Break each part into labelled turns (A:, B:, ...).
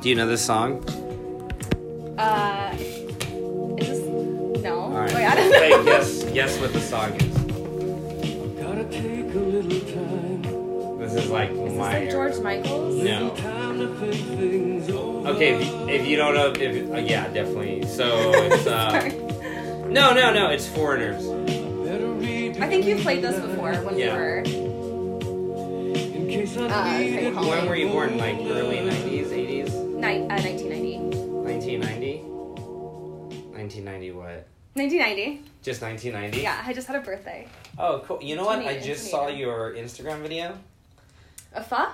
A: Do you know this song?
B: Uh, is this no?
A: All right.
B: Wait, I don't know.
A: Hey, guess, guess what the song is.
C: Gotta take a little time.
A: This is like
B: Is this
A: my.
B: like
A: era.
B: George Michael's?
A: No.
C: Time to think things over.
A: Okay, if you, if you don't know, if, uh, yeah, definitely. So it's uh,
B: Sorry.
A: no, no, no. It's foreigners.
C: Better read
B: I think you played this before when
A: Yeah.
B: you were.
C: in case I
B: Uh,
C: need
B: St.
C: it.
B: Paul.
A: When were you born? Like early nineties, eighties,
B: Ni- uh, 1990.
A: nineteen ninety. Nineteen ninety what?
B: 1990.
A: Just nineteen ninety.
B: Yeah, I just had a birthday.
A: Oh, cool. You know what? I
B: 28,
A: just saw
B: 28.
A: your Instagram video.
B: A fa?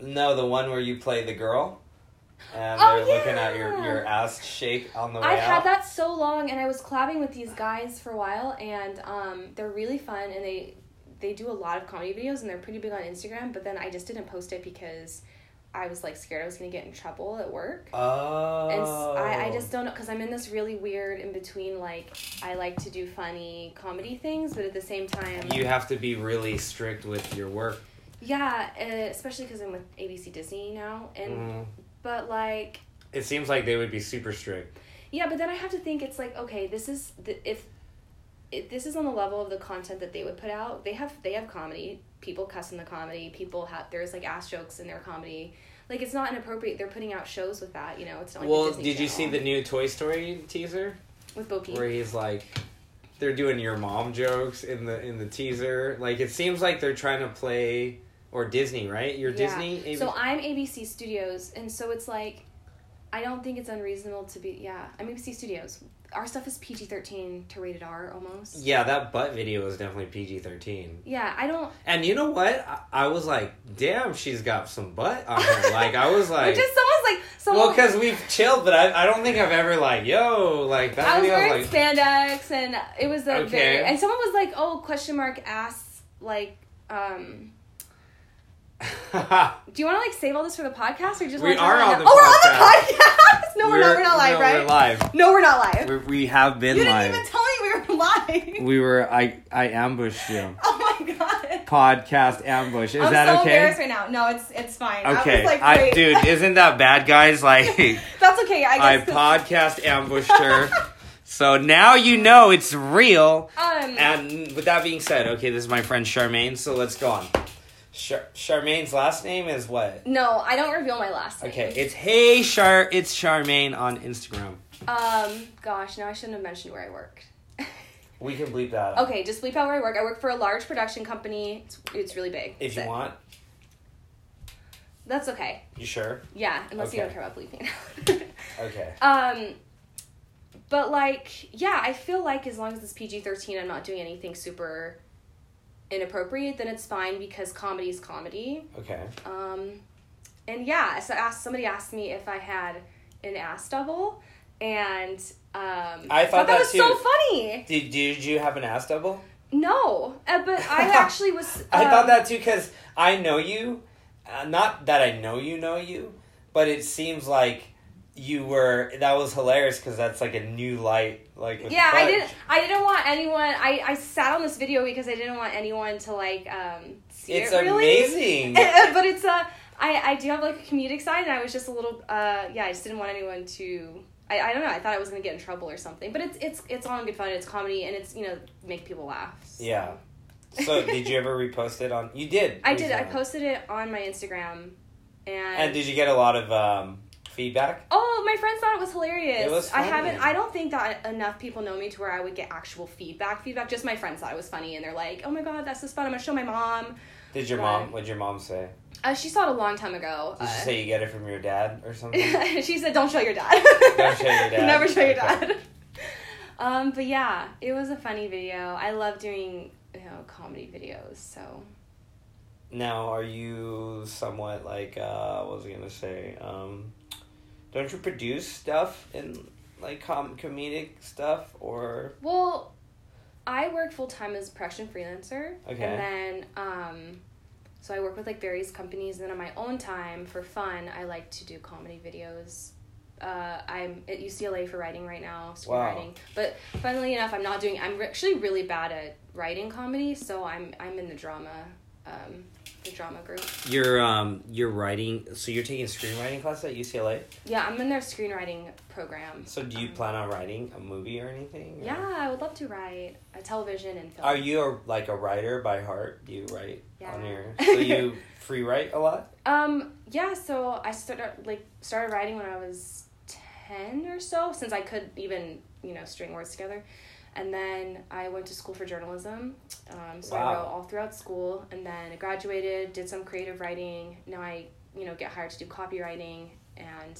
A: No, the one where you play the girl. And
B: Oh,
A: they're looking at your,
B: yeah.
A: your ass shake on the way
B: I've
A: out.
B: had that so long, and I was collabing with these guys for a while, and um, they're really fun, and they they do a lot of comedy videos, and they're pretty big on Instagram. But then I just didn't post it because I was like scared I was gonna get in trouble at work.
A: Oh.
B: And s- I, I just don't know because I'm in this really weird in between. Like I like to do funny comedy things, but at the same time,
A: You have to be really strict with your work.
B: yeah, uh, especially because I'm with ABC Disney now, and
A: Mhm.
B: but like
A: It seems like they would be super strict.
B: yeah, but then I have to think it's like okay, this is the, if, if this is on the level of the content that they would put out. They have they have comedy. People cuss in the comedy. People have there's like ass jokes in their comedy. Like it's not inappropriate. They're putting out shows with that. You know, it's not like the
A: well,
B: Disney
A: did you see
B: Channel
A: the new Toy Story teaser
B: with Bo Peep?
A: where he's like they're doing your mom jokes in the in the teaser? Like it seems like they're trying to play or Disney, right? You're
B: Yeah.
A: Disney? ABC?
B: So I'm ABC Studios, and so it's like, I don't think it's unreasonable to be. Yeah, I'm ABC Studios. Our stuff is PG thirteen to rated R almost. Yeah.
A: yeah, that butt video was definitely PG-13.
B: I don't.
A: And you know what? I, I was like, damn, she's got some butt on her. Like, I was like,
B: Which is someone's like someone.
A: well, because we've chilled, but I, I don't think I've ever like, yo, like that
B: I was
A: video. I
B: wearing
A: was like,
B: spandex, and it was a
A: Okay.
B: very, and someone was like, "Oh, question mark ass like." Um, do you want to like save all this for the podcast, or just
A: We
B: wanna talk
A: are
B: about
A: on
B: it
A: the
B: now? Oh, we're on the podcast. No, we're, not. We're not live,
A: no,
B: right?
A: We're live.
B: No, we're not live.
A: We, we have been
B: you didn't
A: live.
B: even tell me we were live.
A: we were. I I ambushed you.
B: Oh my god.
A: Podcast ambush. Is
B: I'm
A: that
B: so
A: okay?
B: embarrassed right now. No, it's it's fine. I
A: Okay,
B: was like,
A: I,
B: wait.
A: dude, isn't that bad, guys? Like,
B: That's okay. I
A: I
B: guess.
A: podcast ambushed her, so now you know it's real.
B: um.
A: And with that being said, okay, this is my friend Charmaine, so let's go on. Char- Charmaine's last name is what?
B: no, I don't reveal my last name.
A: Okay, it's Hey Char. It's Charmaine on Instagram.
B: Um. Gosh, now I shouldn't have mentioned where I worked.
A: We can bleep that. out.
B: okay, just bleep out where I work. I work for a large production company. It's, it's really big.
A: If you
B: That's it.
A: want,
B: That's okay.
A: you sure?
B: Yeah, unless you don't
A: Okay.
B: care about bleeping.
A: Okay.
B: um. But like, yeah, I feel like as long as it's PG thirteen, I'm not doing anything super inappropriate. Then it's fine because comedy is comedy.
A: Okay.
B: Um, and yeah, so asked, somebody asked me if I had an ass double, and um,
A: I thought that
B: was
A: too.
B: so funny.
A: Did did you have an ass double?
B: No, uh, but I actually was.
A: I
B: um,
A: thought that too because I know you. Uh, not that I know you know you, but it seems like you were. That was hilarious because that's like a new light. Like with
B: Yeah, I
A: butt.
B: didn't. I didn't want anyone. I I sat on this video because I didn't want anyone to like um see
A: It's
B: it. Really,
A: amazing.
B: but it's uh, I I do have like a comedic side, and I was just a little uh, yeah, I just didn't want anyone to. I, I don't know. I thought I was gonna get in trouble or something, but it's it's it's all in good fun. It's comedy, and it's you know make people laugh. so.
A: Yeah. So did you ever repost it on? You did.
B: I did. I
A: recently.
B: posted it on my Instagram, and,
A: And did you get a lot of um, feedback?
B: oh, my friends thought it was hilarious.
A: It was
B: I haven't.
A: funny.
B: I don't think that enough people know me to where I would get actual feedback. Feedback. Just my friends thought it was funny, and they're like, "Oh my god, that's just fun." I'm gonna show my mom.
A: Did your
B: Right.
A: mom? What'd your mom say?
B: Uh, she saw it a long time ago.
A: Did she say you get it from your dad or something?
B: Uh, she said, "Don't show your dad.
A: Don't show your dad.
B: Never show your
A: Okay.
B: dad." um, but yeah, it was a funny video. I love doing you know comedy videos. So
A: now, are you somewhat like uh, what was I gonna say? Um, don't you produce stuff in like com- comedic stuff or?
B: Well, I work full time as a production freelancer.
A: Okay.
B: And then, um, so I work with like various companies, and then on my own time for fun, I like to do comedy videos. Uh, I'm at UCLA for writing right now,
A: Wow.
B: screenwriting. But funnily enough, I'm not doing. I'm re- actually really bad at writing comedy, so I'm I'm in the drama um, the drama group.
A: You're um you're writing so you're taking screenwriting class at UCLA.
B: Yeah, I'm in their screenwriting program.
A: So do you
B: Um,
A: plan on writing a movie or anything? or-
B: Yeah, I would love to write a television and film.
A: Are you a, like a writer by heart? Do you write
B: Yeah.
A: on your so you free write a lot?
B: Um. Yeah. So I started like started writing when I was ten or so, since I could even you know string words together, and then I went to school for journalism. Um, so I
A: Wow.
B: wrote all throughout school, and then I graduated, did some creative writing. Now I you know get hired to do copywriting, and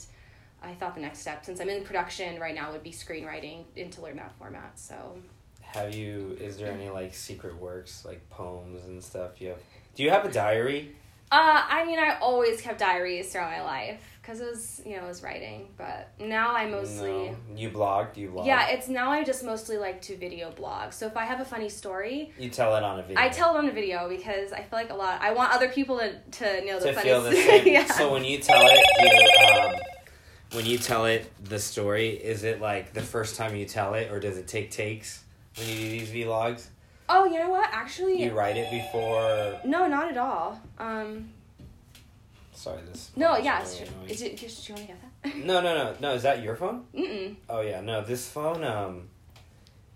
B: I thought the next step, since I'm in production right now, would be screenwriting and to learn that format. So
A: Have you? Is there any like secret works like poems and stuff? You have? Do you have a diary?
B: Uh, I mean, I always kept diaries throughout my life because it was, you know, it was writing. But now I mostly,
A: No. You blog? Do you blog?
B: yeah, it's now I just mostly like to video blog. So if I have a funny story,
A: you tell it on a video.
B: I tell it on a video because I feel like a lot. I want other people to to know the
A: to
B: funny.
A: feel the
B: story.
A: same.
B: yeah.
A: So when you tell it, you, um, when you tell it the story, is it like the first time you tell it, or does it take takes when you do these vlogs?
B: oh, you know what? Actually,
A: You write it before.
B: no, not at all. Um,
A: Sorry, this.
B: no,
A: phone's
B: yeah, it's,
A: really annoying.
B: is it, do you want to get that?
A: No, no, no, no. Is that your phone?
B: Mm-mm.
A: Oh yeah, no. This phone um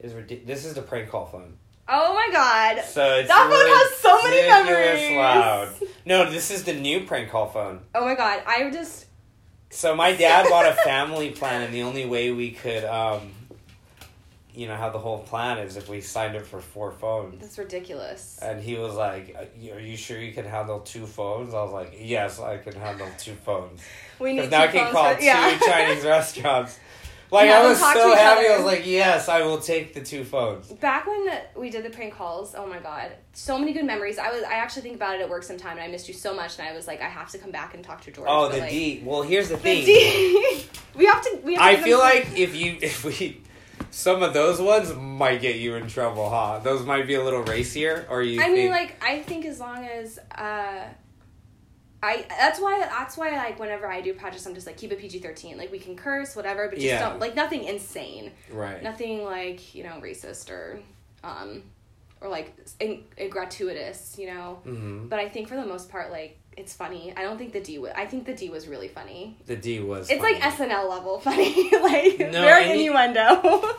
A: is ridiculous. This is the prank call phone.
B: Oh my god,
A: So it's
B: that phone has so many
A: ridiculous
B: memories.
A: loud. No, this is the new prank call phone.
B: Oh my god, I just
A: So my dad bought a family plan, and the only way we could, um, you know, have the whole plan is if we signed up for four phones.
B: that's ridiculous.
A: And he was like, "Are you sure you can handle two phones?" I was like, "Yes, I can handle two phones."
B: We need
A: Because now I
B: two
A: can
B: phones
A: call
B: for- yeah.
A: two Chinese restaurants. Like
B: Yeah,
A: I
B: we'll
A: was
B: talk to
A: so
B: each
A: happy. I
B: other.
A: was like, "Yes, I will take the two phones."
B: Back when we did the prank calls, oh my god, so many good memories. I was I actually think about it at work sometime, and I missed you so much, and I was like, I have to come back and talk to George.
A: Oh,
B: but,
A: the
B: like,
A: D. Well, here's the
B: The
A: thing.
B: D. we have to. We have to
A: I
B: give
A: feel
B: him-
A: like if you if we some of those ones might get you in trouble, huh? Those might be a little racier, or you.
B: I
A: think,
B: mean, like I think as long as. uh I, that's why that's why like whenever I do projects I'm just like keep it PG thirteen like we can curse whatever but just
A: Yeah.
B: don't like nothing insane
A: right?
B: nothing like you know racist or um or like in, uh, gratuitous you know
A: hmm
B: But I think for the most part, like it's funny. I don't think the D was. I think the D was really funny.
A: The D was.
B: It's like
A: funny.
B: SNL level funny, like
A: No,
B: very
A: and you-
B: innuendo.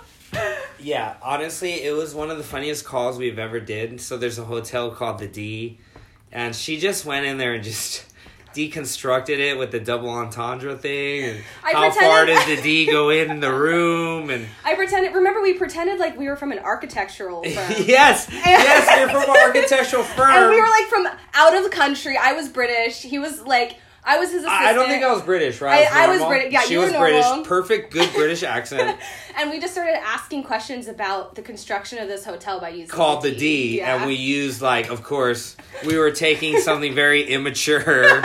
A: Yeah, honestly, it was one of the funniest calls we've ever did. So there's a hotel called the D, and she just went in there and just deconstructed it with the double entendre thing and
B: I
A: how far
B: pretended-
A: does the D go in the room and
B: I pretended. Remember, we pretended like we were from an architectural firm.
A: yes, yes, you're from an architectural firm.
B: And we were like from out of the country. I was British. He was like, I was his assistant.
A: I I don't think I was British, right?
B: I- I was
A: normal.
B: Briti- yeah,
A: she
B: you were
A: was
B: normal.
A: British. Perfect, good British accent.
B: And we just started asking questions about the construction of this hotel by using
A: called the D,
B: Yeah.
A: and we used like, of course, we were taking something very immature,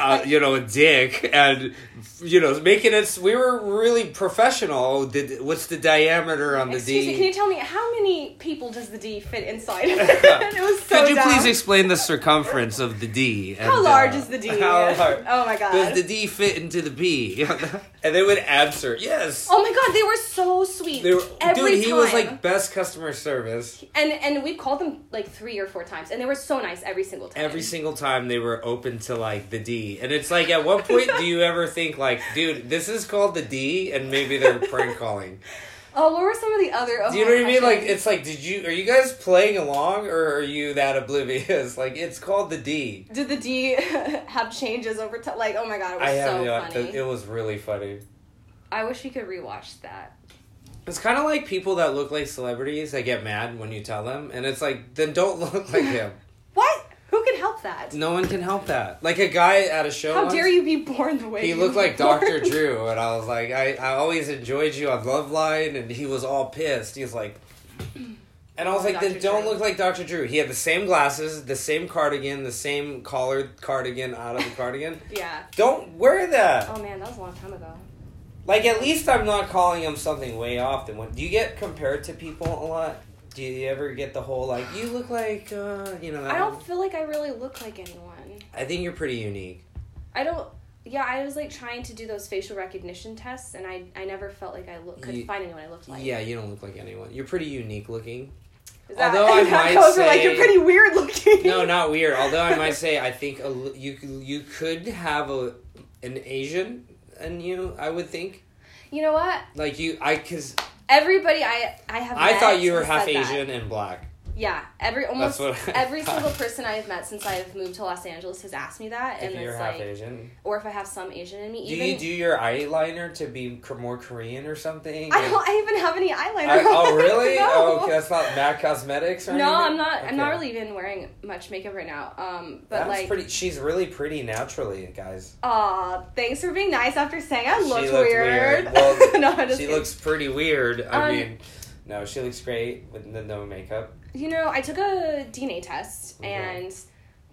A: uh, you know, a dick, and you know, making us. We were really professional. Oh, did what's the diameter on the
B: Excuse
A: D?
B: me, can you tell me how many people does the D fit inside? of it? it was so.
A: Could you
B: dumb.
A: please explain the circumference of the D? and,
B: How large
A: uh,
B: is the D?
A: How large?
B: Oh my god.
A: Does the D fit into the B? and they would answer, yes.
B: Oh my god, they were so sweet.
A: They were,
B: Every
A: dude, he
B: time.
A: was like best customer service.
B: and and we called them like three or four times, and they were so nice every single time.
A: every single time they were open to like the D. And it's like, at what point do you ever think like, dude, this is called the D, and maybe they're prank calling?
B: Oh, what were some of the other? Oh
A: Do you
B: my
A: know what I mean?
B: gosh,
A: Like, it's like, did you are you guys playing along, or are you that oblivious? Like, it's called the D.
B: did the D have changes over time? Like, oh my god, it was
A: I have
B: so
A: no
B: funny.
A: It was really funny.
B: I wish we could rewatch that.
A: It's kind of like people that look like celebrities that get mad when you tell them, and it's like, then don't look like him.
B: What? Who can help that?
A: No one can help that. Like a guy at a show.
B: How
A: once-
B: dare you be born the way
A: He
B: you
A: looked
B: were
A: like Dr.
B: born?
A: Drew, and I was like, I, I always enjoyed you on Love Line, and he was all pissed. He was like, and I was
B: Oh,
A: like, then
B: Dr.
A: don't
B: Drew.
A: look like Dr. Drew. He had the same glasses, the same cardigan, the same collared cardigan out of the cardigan.
B: Yeah.
A: Don't wear that.
B: Oh man, that was a long time ago.
A: Like, at least I'm not calling him something way off. Than what do you get compared to people a lot? Do you ever get the whole like, you look like, uh, you know? That
B: I
A: one?
B: don't feel like I really look like anyone.
A: I think you're pretty unique.
B: I don't. Yeah, I was like trying to do those facial recognition tests, and I I never felt like I look, could
A: You-
B: find anyone I looked like.
A: Yeah, you don't look like anyone. You're pretty unique looking.
B: Is that,
A: Although I
B: that
A: might
B: goes for, like
A: say-
B: you're pretty weird looking.
A: No, not weird. Although I might say, I think a, l- you c- you could have a an Asian in you. I would think
B: You know what?
A: like you. I because
B: Everybody I I have.
A: I
B: met
A: thought you were
B: has
A: half
B: said that.
A: Asian and black.
B: Yeah, every almost
A: what I
B: every
A: thought.
B: single person I've met since I've moved to Los Angeles has asked me that, and
A: If you're
B: it's
A: half
B: like,
A: Asian,
B: or if I have some Asian in me.
A: do
B: Even
A: you do your eyeliner to be k- more Korean or something?
B: I don't. I even have any eyeliner.
A: I- oh
B: on.
A: really?
B: no.
A: Oh, okay, that's not Mad Cosmetics or
B: No,
A: anything?
B: I'm not. I'm
A: Okay.
B: not really even wearing much makeup right now. Um, but
A: That's
B: like,
A: pretty. She's really pretty naturally, guys.
B: Aw, thanks for being nice after saying I
A: She
B: looked,
A: looked
B: weird.
A: Well,
B: No, I'm just
A: she
B: kidding.
A: looks pretty weird. I
B: Um,
A: mean, no, she looks great with the no makeup.
B: You know, I took a DNA test,
A: Mhm.
B: and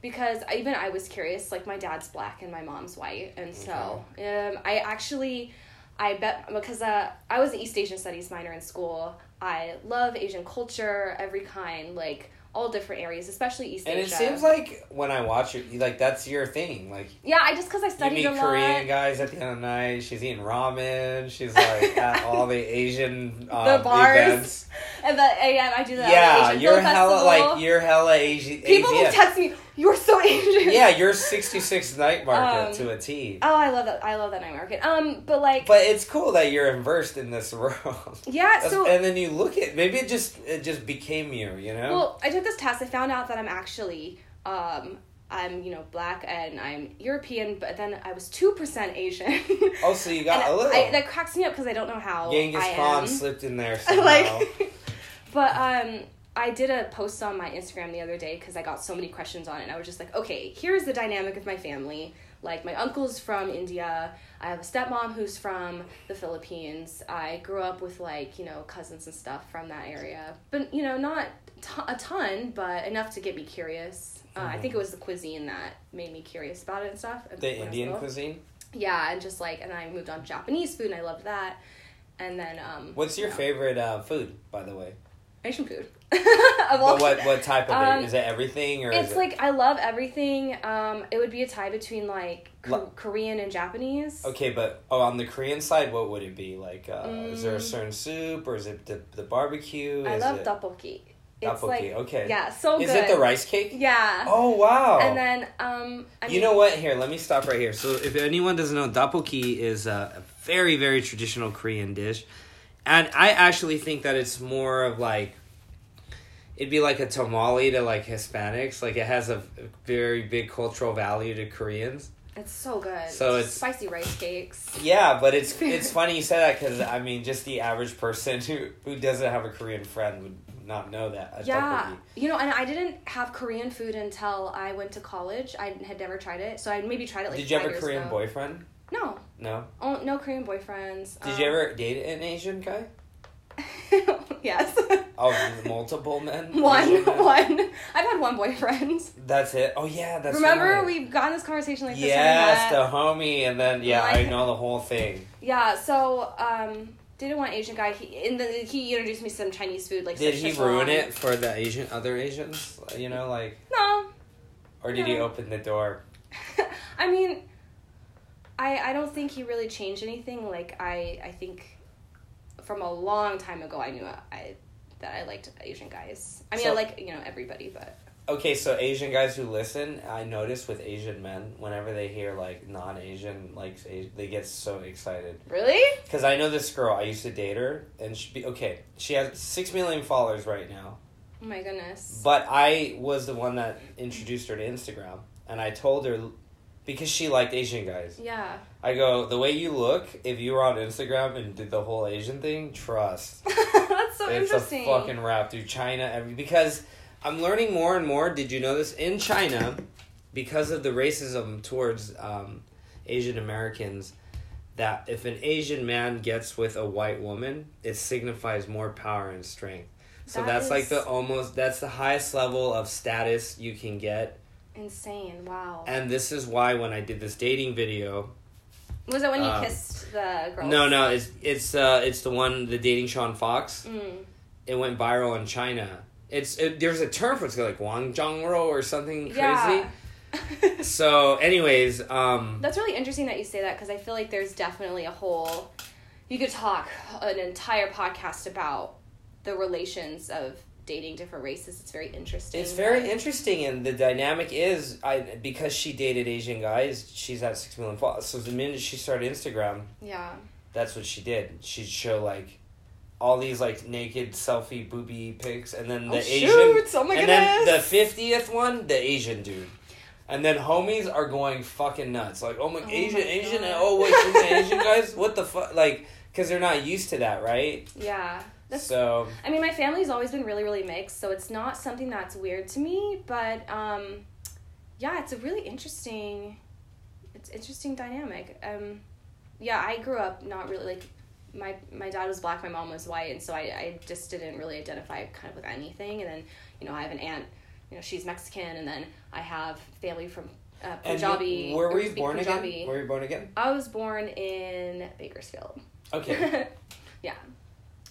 B: because I- even I was curious, like my dad's black and my mom's white, and so um, I actually, I bet because uh, I was an East Asian Studies minor in school. I love Asian culture, every kind, like all different areas, especially East
A: And it
B: Asia.
A: seems like when I watch it, you- like that's your thing. Like
B: yeah, I just because I
A: you
B: studied
A: meet
B: a lot.
A: Korean guys at the end of the night. She's eating ramen. She's like at all the Asian uh,
B: The bars.
A: events.
B: And the AM, I do the
A: Yeah,
B: Asian
A: you're
B: Film
A: hella
B: Festival.
A: like you're hella Asian.
B: People will
A: Asian.
B: text me, "You're so Asian."
A: yeah, you're 66 night market
B: Um,
A: to a T.
B: Oh, I love that. I love that night market. Um, but like,
A: But it's cool that you're immersed in this world.
B: yeah.
A: That's-
B: So,
A: and then you look at maybe it just it just became you, you know.
B: well, I took this test. I found out that I'm actually, um, I'm you know black and I'm European, but then I was two percent Asian.
A: oh, so you got
B: And
A: a little.
B: I, that cracks me up because I don't know how
A: Genghis
B: I
A: Khan
B: am.
A: slipped in there somehow.
B: like but um i did a post on my instagram the other day because i got so many questions on it and i was just like okay here's the dynamic of my family like my uncle's from india i have a stepmom who's from the philippines i grew up with like you know cousins and stuff from that area but you know not to- a ton but enough to get me curious uh, i think it was the cuisine that made me curious about it and stuff when I
A: the
B: was
A: Indian
B: little.
A: cuisine.
B: yeah and just like and i moved on to japanese food and i loved that and then um
A: What's your
B: yeah.
A: favorite uh, food, by the way?
B: Asian food. of all
A: But what what type of
B: Um,
A: it? Is it everything or is
B: It's
A: it?
B: like I love everything. Um, it would be a tie between like Ko-
A: Lo-
B: Korean and Japanese.
A: Okay, but oh, on the Korean side, what would it be like? Uh, Is there a certain soup, or is it the, the barbecue?
B: Mm. I
A: is
B: love
A: it
B: tteokbokki. It's
A: tteokbokki,
B: like
A: okay.
B: yeah, so
A: Is
B: good.
A: it the rice cake?
B: Yeah.
A: Oh wow!
B: And then um, I
A: you
B: mean-
A: know what? Here, let me stop right here. So, if anyone doesn't know, dapoki is a a very, very traditional Korean dish, and I actually think that it's more of like it'd be like a tamale to like Hispanics. Like it has a very big cultural value to Koreans.
B: It's so good.
A: So it's-
B: spicy rice cakes.
A: Yeah, but it's it's funny you said that because I mean, just the average person who who doesn't have a Korean friend would not know that. a
B: Yeah,
A: tteokbokki.
B: you know, and I didn't have Korean food until I went to college. I had never tried it, so I maybe tried it like.
A: Did you have
B: five
A: a
B: years
A: Korean
B: ago.
A: boyfriend?
B: No,
A: No.
B: oh, no Korean boyfriends.
A: Did
B: Um,
A: you ever date an Asian guy?
B: yes.
A: Oh, multiple men.
B: One,
A: Asian men?
B: one. I've had one boyfriend.
A: That's it. Oh yeah, that's
B: Remember,
A: right.
B: we've gotten this conversation like this. when we
A: yes,
B: met?
A: the homie, and then yeah, I
B: Like-
A: know the whole thing.
B: Yeah. So, um, didn't want Asian guy. He and then he introduced me to some Chinese food. Like,
A: Did
B: such
A: he
B: a
A: ruin
B: long-
A: it for the Asian other Asians? You know, like,
B: No.
A: or did he
B: No.
A: open the door?
B: I mean, I I don't think he really changed anything. Like, I I think from a long time ago, I knew uh, I that I liked Asian guys. I mean, I
A: So-
B: like you know everybody, but
A: Okay, so Asian guys who listen, I notice with Asian men, whenever they hear like non-Asian, like A- they get so excited.
B: really,
A: Cause I know this girl, I used to date her, and she be okay. She has six million followers right now,
B: oh my goodness.
A: but I was the one that introduced her to Instagram, and I told her because she liked Asian guys.
B: yeah.
A: I go, the way you look, if you were on Instagram and did the whole Asian thing, trust.
B: That's so
A: it's
B: interesting.
A: a fucking wrap through China every because I'm learning more and more, did you know this? In China, because of the racism towards um, Asian Americans, that if an Asian man gets with a white woman, it signifies more power and strength. So
B: That
A: that's like
B: is-
A: the almost that's the highest level of status you can get.
B: Insane. Wow.
A: And this is why when I did this dating video,
B: Was it when you
A: Um,
B: kissed the girl?
A: No, no, it's it's uh it's the one the dating Sean Fox.
B: Mm.
A: It went viral in China. It's it, there's a term for it, it's like Wang Zhangro or something crazy.
B: Yeah.
A: So, anyways, um,
B: That's really interesting that you say that because I feel like there's definitely a whole. You could talk an entire podcast about the relations of dating different races. It's very interesting.
A: It's very interesting, and the dynamic is I because she dated Asian guys, she's at six million followers. So the minute she started Instagram,
B: yeah.
A: that's what she did. She'd show like all these like naked selfie booby pics, and then the
B: oh
A: Asian,
B: shoot! Oh my
A: and then
B: goodness!
A: the fiftieth one, the Asian dude. And then homies are going fucking nuts. Like, oh my,
B: Oh
A: Asian,
B: my
A: Asian,
B: God.
A: oh wait, she's an Asian guys? What the fuck? Like, because they're not used to that, right?
B: yeah. That's
A: so,
B: I mean, my family's always been really, really mixed, so it's not something that's weird to me. But um, yeah, it's a really interesting, it's interesting dynamic. Um, yeah, I grew up not really like my my dad was black, my mom was white, and so I I just didn't really identify kind of with anything. And then you know I have an aunt, you know she's Mexican, and then I have family from uh,
A: and
B: Punjabi.
A: where were
B: or
A: you
B: speak
A: born
B: Punjabi.
A: again? Where were you born again?
B: I was born in Bakersfield.
A: Okay,
B: yeah.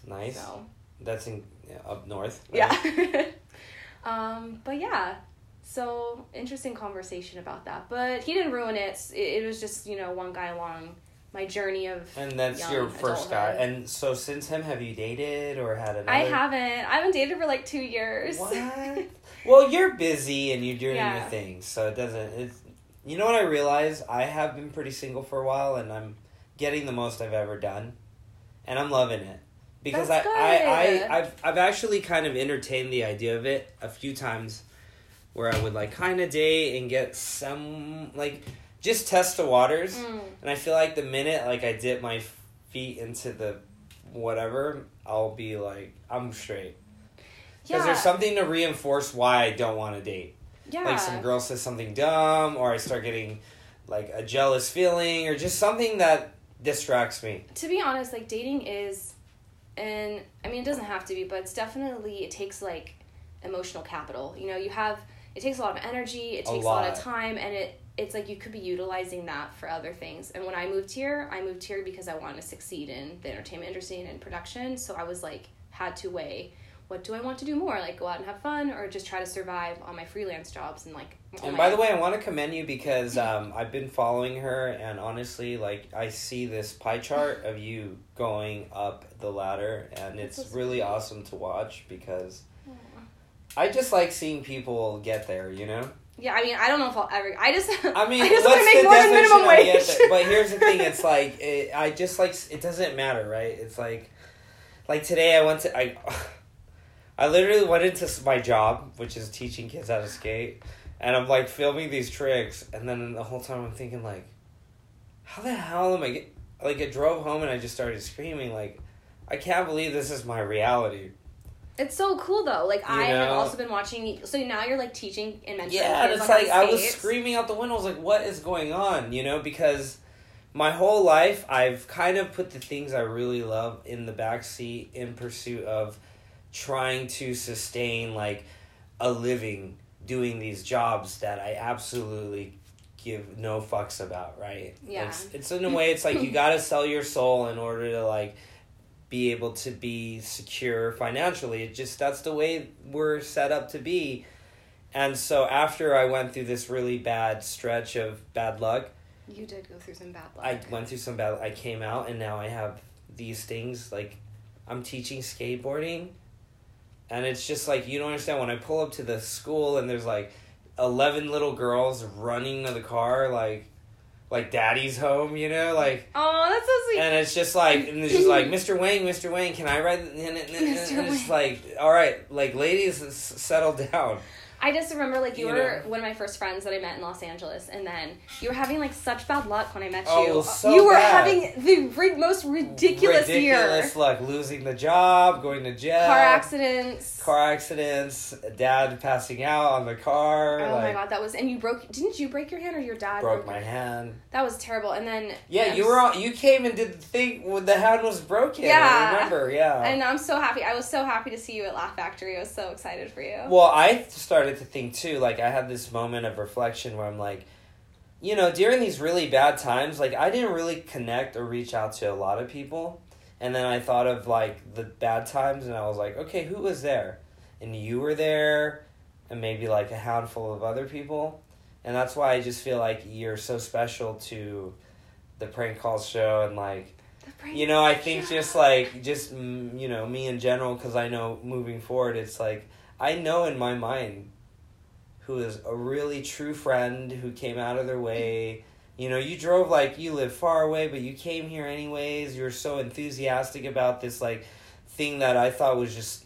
A: nice.
B: So.
A: That's in yeah, up north. right?
B: Yeah. um, but yeah, so interesting conversation about that. But he didn't ruin it. It, it was just you know one guy along my journey of.
A: And that's
B: young
A: your first guy.
B: adulthood.
A: And so since him, have you dated or had another?
B: I haven't. I haven't dated for like two years. Mm.
A: What? well, you're busy and you're doing your
B: Yeah.
A: thing, so it doesn't. It's, you know what I realize? I have been pretty single for a while, and I'm getting the most I've ever done, and I'm loving it because I,
B: That's
A: I,
B: good.
A: I, I've, I've actually kind of entertained the idea of it a few times, where I would like kind of date and get some like just test the waters.
B: Mm.
A: And I feel like the minute like I dip my feet into the whatever, I'll be like I'm straight. Because
B: Yeah.
A: there's something to reinforce why I don't want to date.
B: yeah.
A: Like some girl says something dumb, or I start getting like a jealous feeling, or just something that distracts me.
B: to be honest, like dating is, and I mean, it doesn't have to be, but it's definitely, it takes like emotional capital. You know, you have, it takes a lot of energy, it
A: A
B: takes a lot,
A: lot.
B: of time, and it, it's like you could be utilizing that for other things. And when I moved here, I moved here because I wanted to succeed in the entertainment industry and in production. So I was like, had to weigh what do I want to do more? Like go out and have fun or just try to survive on my freelance jobs and like. on
A: And
B: my-
A: by the way, I want to commend you because um, I've been following her, and honestly, like I see this pie chart of you going up the ladder, and
B: That's
A: it's
B: so
A: really
B: sweet.
A: awesome to watch because
B: Aw.
A: I just like seeing people get there. You know.
B: Yeah, I mean, I don't know if I'll ever. I just.
A: I mean,
B: I just want
A: what's
B: to make
A: the
B: more than
A: definition
B: minimum
A: of
B: wage.
A: yes- but here's the thing: it's like it, I just like it doesn't matter, right? It's like, like today I went to I, I literally went into s- my job, which is teaching kids how to skate, and I'm like filming these tricks, and then the whole time I'm thinking like, how the hell am I get like I drove home and I just started screaming like, I can't believe this is my reality.
B: It's so cool though. Like I
A: You
B: have
A: know?
B: also been watching. So now you're like teaching and mentoring.
A: Yeah, and
B: kids
A: it's
B: on how
A: like
B: to
A: I was
B: skate.
A: screaming out the window. I was like, "What is going on?" You know, because my whole life I've kind of put the things I really love in the backseat in pursuit of trying to sustain like a living doing these jobs that I absolutely give no fucks about. Right?
B: Yeah.
A: It's, it's in a way, it's like you got to sell your soul in order to like be able to be secure financially. It just that's the way we're set up to be. And so after I went through this really bad stretch of bad luck,
B: You did go through some bad luck.
A: I went through some bad I came out and now I have these things like I'm teaching skateboarding and it's just like you don't understand when I pull up to the school and there's like 11 little girls running to the car like like daddy's home, you know, like
B: Oh, that's so sweet.
A: and it's just like, and it's just like, Mr. Wang, Mr. Wang, can I ride? And, and, and, and
B: Mr.
A: it's
B: Wang.
A: like, all right, like ladies, s- settle down.
B: I just remember like you,
A: you
B: were
A: know.
B: one of my first friends that I met in Los Angeles, and then you were having like such bad luck when I met
A: Oh,
B: you. Uh,
A: it was so
B: you were
A: bad.
B: having the ri- most ridiculous, year.
A: ridiculous luck, losing the job, going to jail,
B: Car accidents.
A: car accidents, dad passing out on the car.
B: Oh
A: like,
B: my god, that was and you broke. Didn't you break your hand or your dad
A: broke
B: your-
A: my hand.
B: That was terrible. And then
A: Yeah,
B: I'm
A: you were all, you came and did the thing when the hand was broken. I
B: Yeah.
A: remember. Yeah.
B: And I'm so happy. I was so happy to see you at Laugh Factory. I was so excited for you.
A: Well, I started to think too. Like I had this moment of reflection where I'm like, you know, during these really bad times, like I didn't really connect or reach out to a lot of people. And then I thought of like the bad times, and I was like, okay, who was there? And you were there, and maybe like a handful of other people. And that's why I just feel like you're so special to the prank call show and like you know i think just like just mm, you know me in general because i know moving forward it's like i know in my mind who is a really true friend who came out of their way you know you drove like you live far away but you came here anyways you were so enthusiastic about this like thing that i thought was just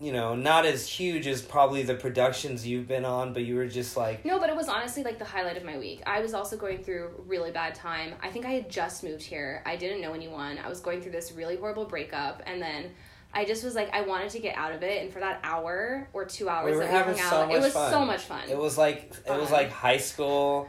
A: you know not as huge as probably the productions you've been on but you were just like
B: No, but it was honestly like the highlight of my week. I was also going through a really bad time. I think I had just moved here. I didn't know anyone. I was going through this really horrible breakup and then I just was like I wanted to get out of it and for that hour or 2 hours
A: we were
B: that
A: having
B: we hung
A: so
B: out,
A: much
B: it was
A: fun.
B: so much fun.
A: It was like it was
B: Fun.
A: like high school.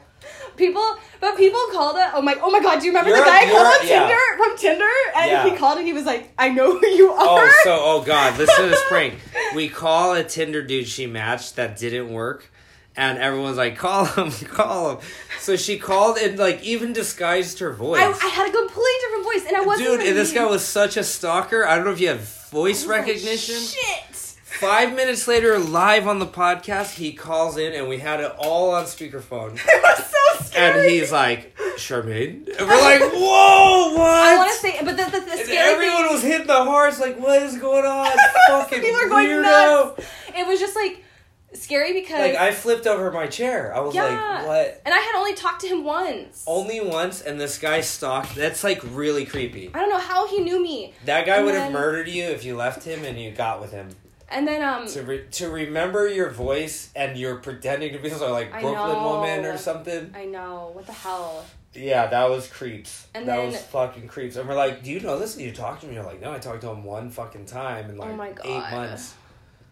B: people but people called it oh my oh my god, do you remember
A: You're-
B: the guy I
A: you're-
B: called on
A: yeah.
B: Tinder from Tinder and
A: Yeah.
B: he called and he was like, I know who you are
A: Oh, so oh god, listen to this prank. We call a Tinder dude she matched that didn't work, and everyone's like, "Call him, call him." So she called and like even disguised her voice.
B: I, I had a completely different voice and I wasn't
A: dude,
B: even
A: and this
B: meeting-
A: guy was such a stalker. I don't know if you have voice
B: I was like,
A: recognition.
B: Shit.
A: Five minutes later, live on the podcast, he calls in, and we had it all on speakerphone.
B: It was so scary.
A: and he's like, "Charmaine," and we're like, "Whoa, what?"
B: I want to say, but the, the, the
A: And
B: scary
A: everyone
B: thing,
A: was hitting the hearts, like, what is going on? Fucking
B: people are going
A: weirdo.
B: nuts. It was just like scary because
A: Like, I flipped over my chair. I was
B: yeah,
A: like, what?
B: and I had only talked to him once.
A: Only once, and this guy stalked. That's like really creepy.
B: I don't know how he knew me.
A: That guy
B: And
A: would have
B: then-
A: murdered you if you left him and you got with him.
B: And then um,
A: To re- to remember your voice and you're pretending to be some, like
B: I
A: Brooklyn
B: know.
A: woman or something.
B: I know what the hell.
A: Yeah, that was creeps.
B: And
A: that
B: then-
A: was fucking creeps. And we're like, do you know this? And you talk to me. You're like, no, I talked to him one fucking time in like
B: Oh my
A: eight
B: God.
A: months.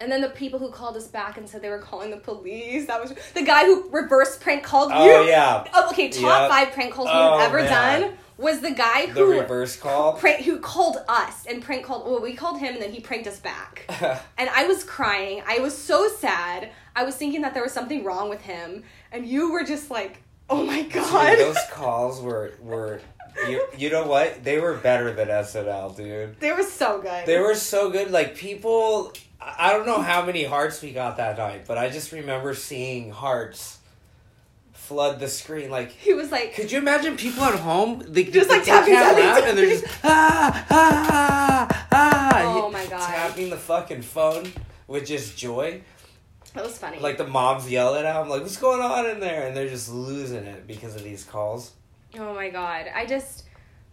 B: And then the people who called us back and said they were calling the police. That was the guy who reverse prank called you.
A: Oh yeah,
B: Oh, okay, top
A: Yep.
B: five prank calls
A: Oh,
B: we've ever
A: man.
B: done was the guy
A: the
B: who
A: reverse call.
B: prank who called us and prank called well we called him and then he pranked us back and i was crying i was so sad i was thinking that there was something wrong with him and you were just like oh my god
A: Dude, those calls were were you, you know what? They were better than SNL, dude.
B: they were so good
A: They were so good. Like people, I I don't know how many hearts we got that night, but I just remember seeing hearts flood the screen. Like,
B: he was like
A: could you imagine people at home? They
B: Just, like,
A: they
B: tapping,
A: can't
B: tapping,
A: laugh, and they're just ah ah ah.
B: Oh, my God.
A: Tapping the fucking phone with just joy.
B: that was funny
A: Like the moms yelling at them, like, "What's going on in there?" And they're just losing it because of these calls.
B: oh my god i just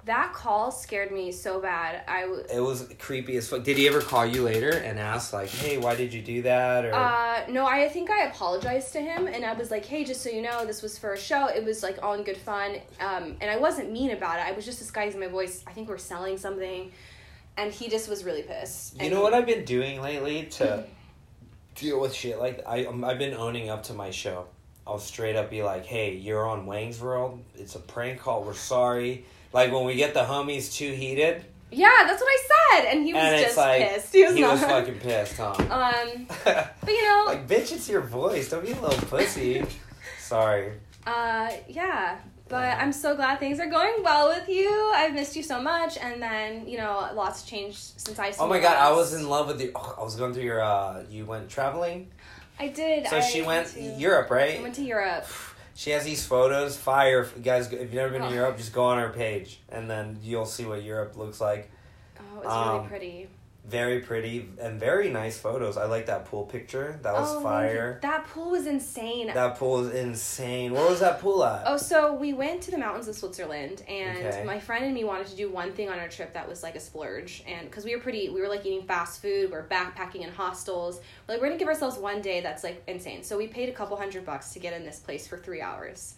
B: that call scared me so bad i w-
A: It was creepy as fuck. Did he ever call you later and ask like, "Hey, why did you do that?" Or
B: Uh, no, I think I apologized to him and I was like, hey, just so you know, this was for a show. It was like all in good fun. Um, and I wasn't mean about it. I was just disguising my voice. I think we're selling something. And he just was really pissed.
A: you know what I've been doing lately to deal with shit like that? I um, I've been owning up to my show. I'll straight up be like, "Hey, you're on Wang's World. It's a prank call. We're sorry." Like when we get the homies too heated,
B: yeah, that's what I said. And he was
A: and it's
B: just
A: like
B: pissed. He was not.
A: fucking pissed, huh?
B: um, but you know,
A: like bitch, it's your voice. Don't be a little pussy. sorry.
B: uh, yeah. But I'm so glad things are going well with you. I've missed you so much. And then, you know, lots changed since I
A: Oh my god, I was in love with you. Oh, I was going through your. uh You went traveling,
B: I did.
A: so
B: I
A: she went
B: to,
A: Europe, right?
B: I went to Europe.
A: She has these photos, fire. If you guys, if you've never been
B: Oh.
A: to Europe, just go on her page, and then you'll see what Europe looks like.
B: Oh, it's
A: Um,
B: really pretty.
A: Very pretty and very nice photos. I like that pool picture. That was
B: oh, thank you.
A: fire.
B: That pool was insane.
A: That pool is insane. Where was that pool at?
B: oh, so we went to the mountains of Switzerland, and
A: Okay.
B: my friend and me wanted to do one thing on our trip that was like a splurge, and because we were pretty, we were like eating fast food, we are backpacking in hostels. We're like we're gonna give ourselves one day that's like insane. So we paid a couple hundred bucks to get in this place for three hours,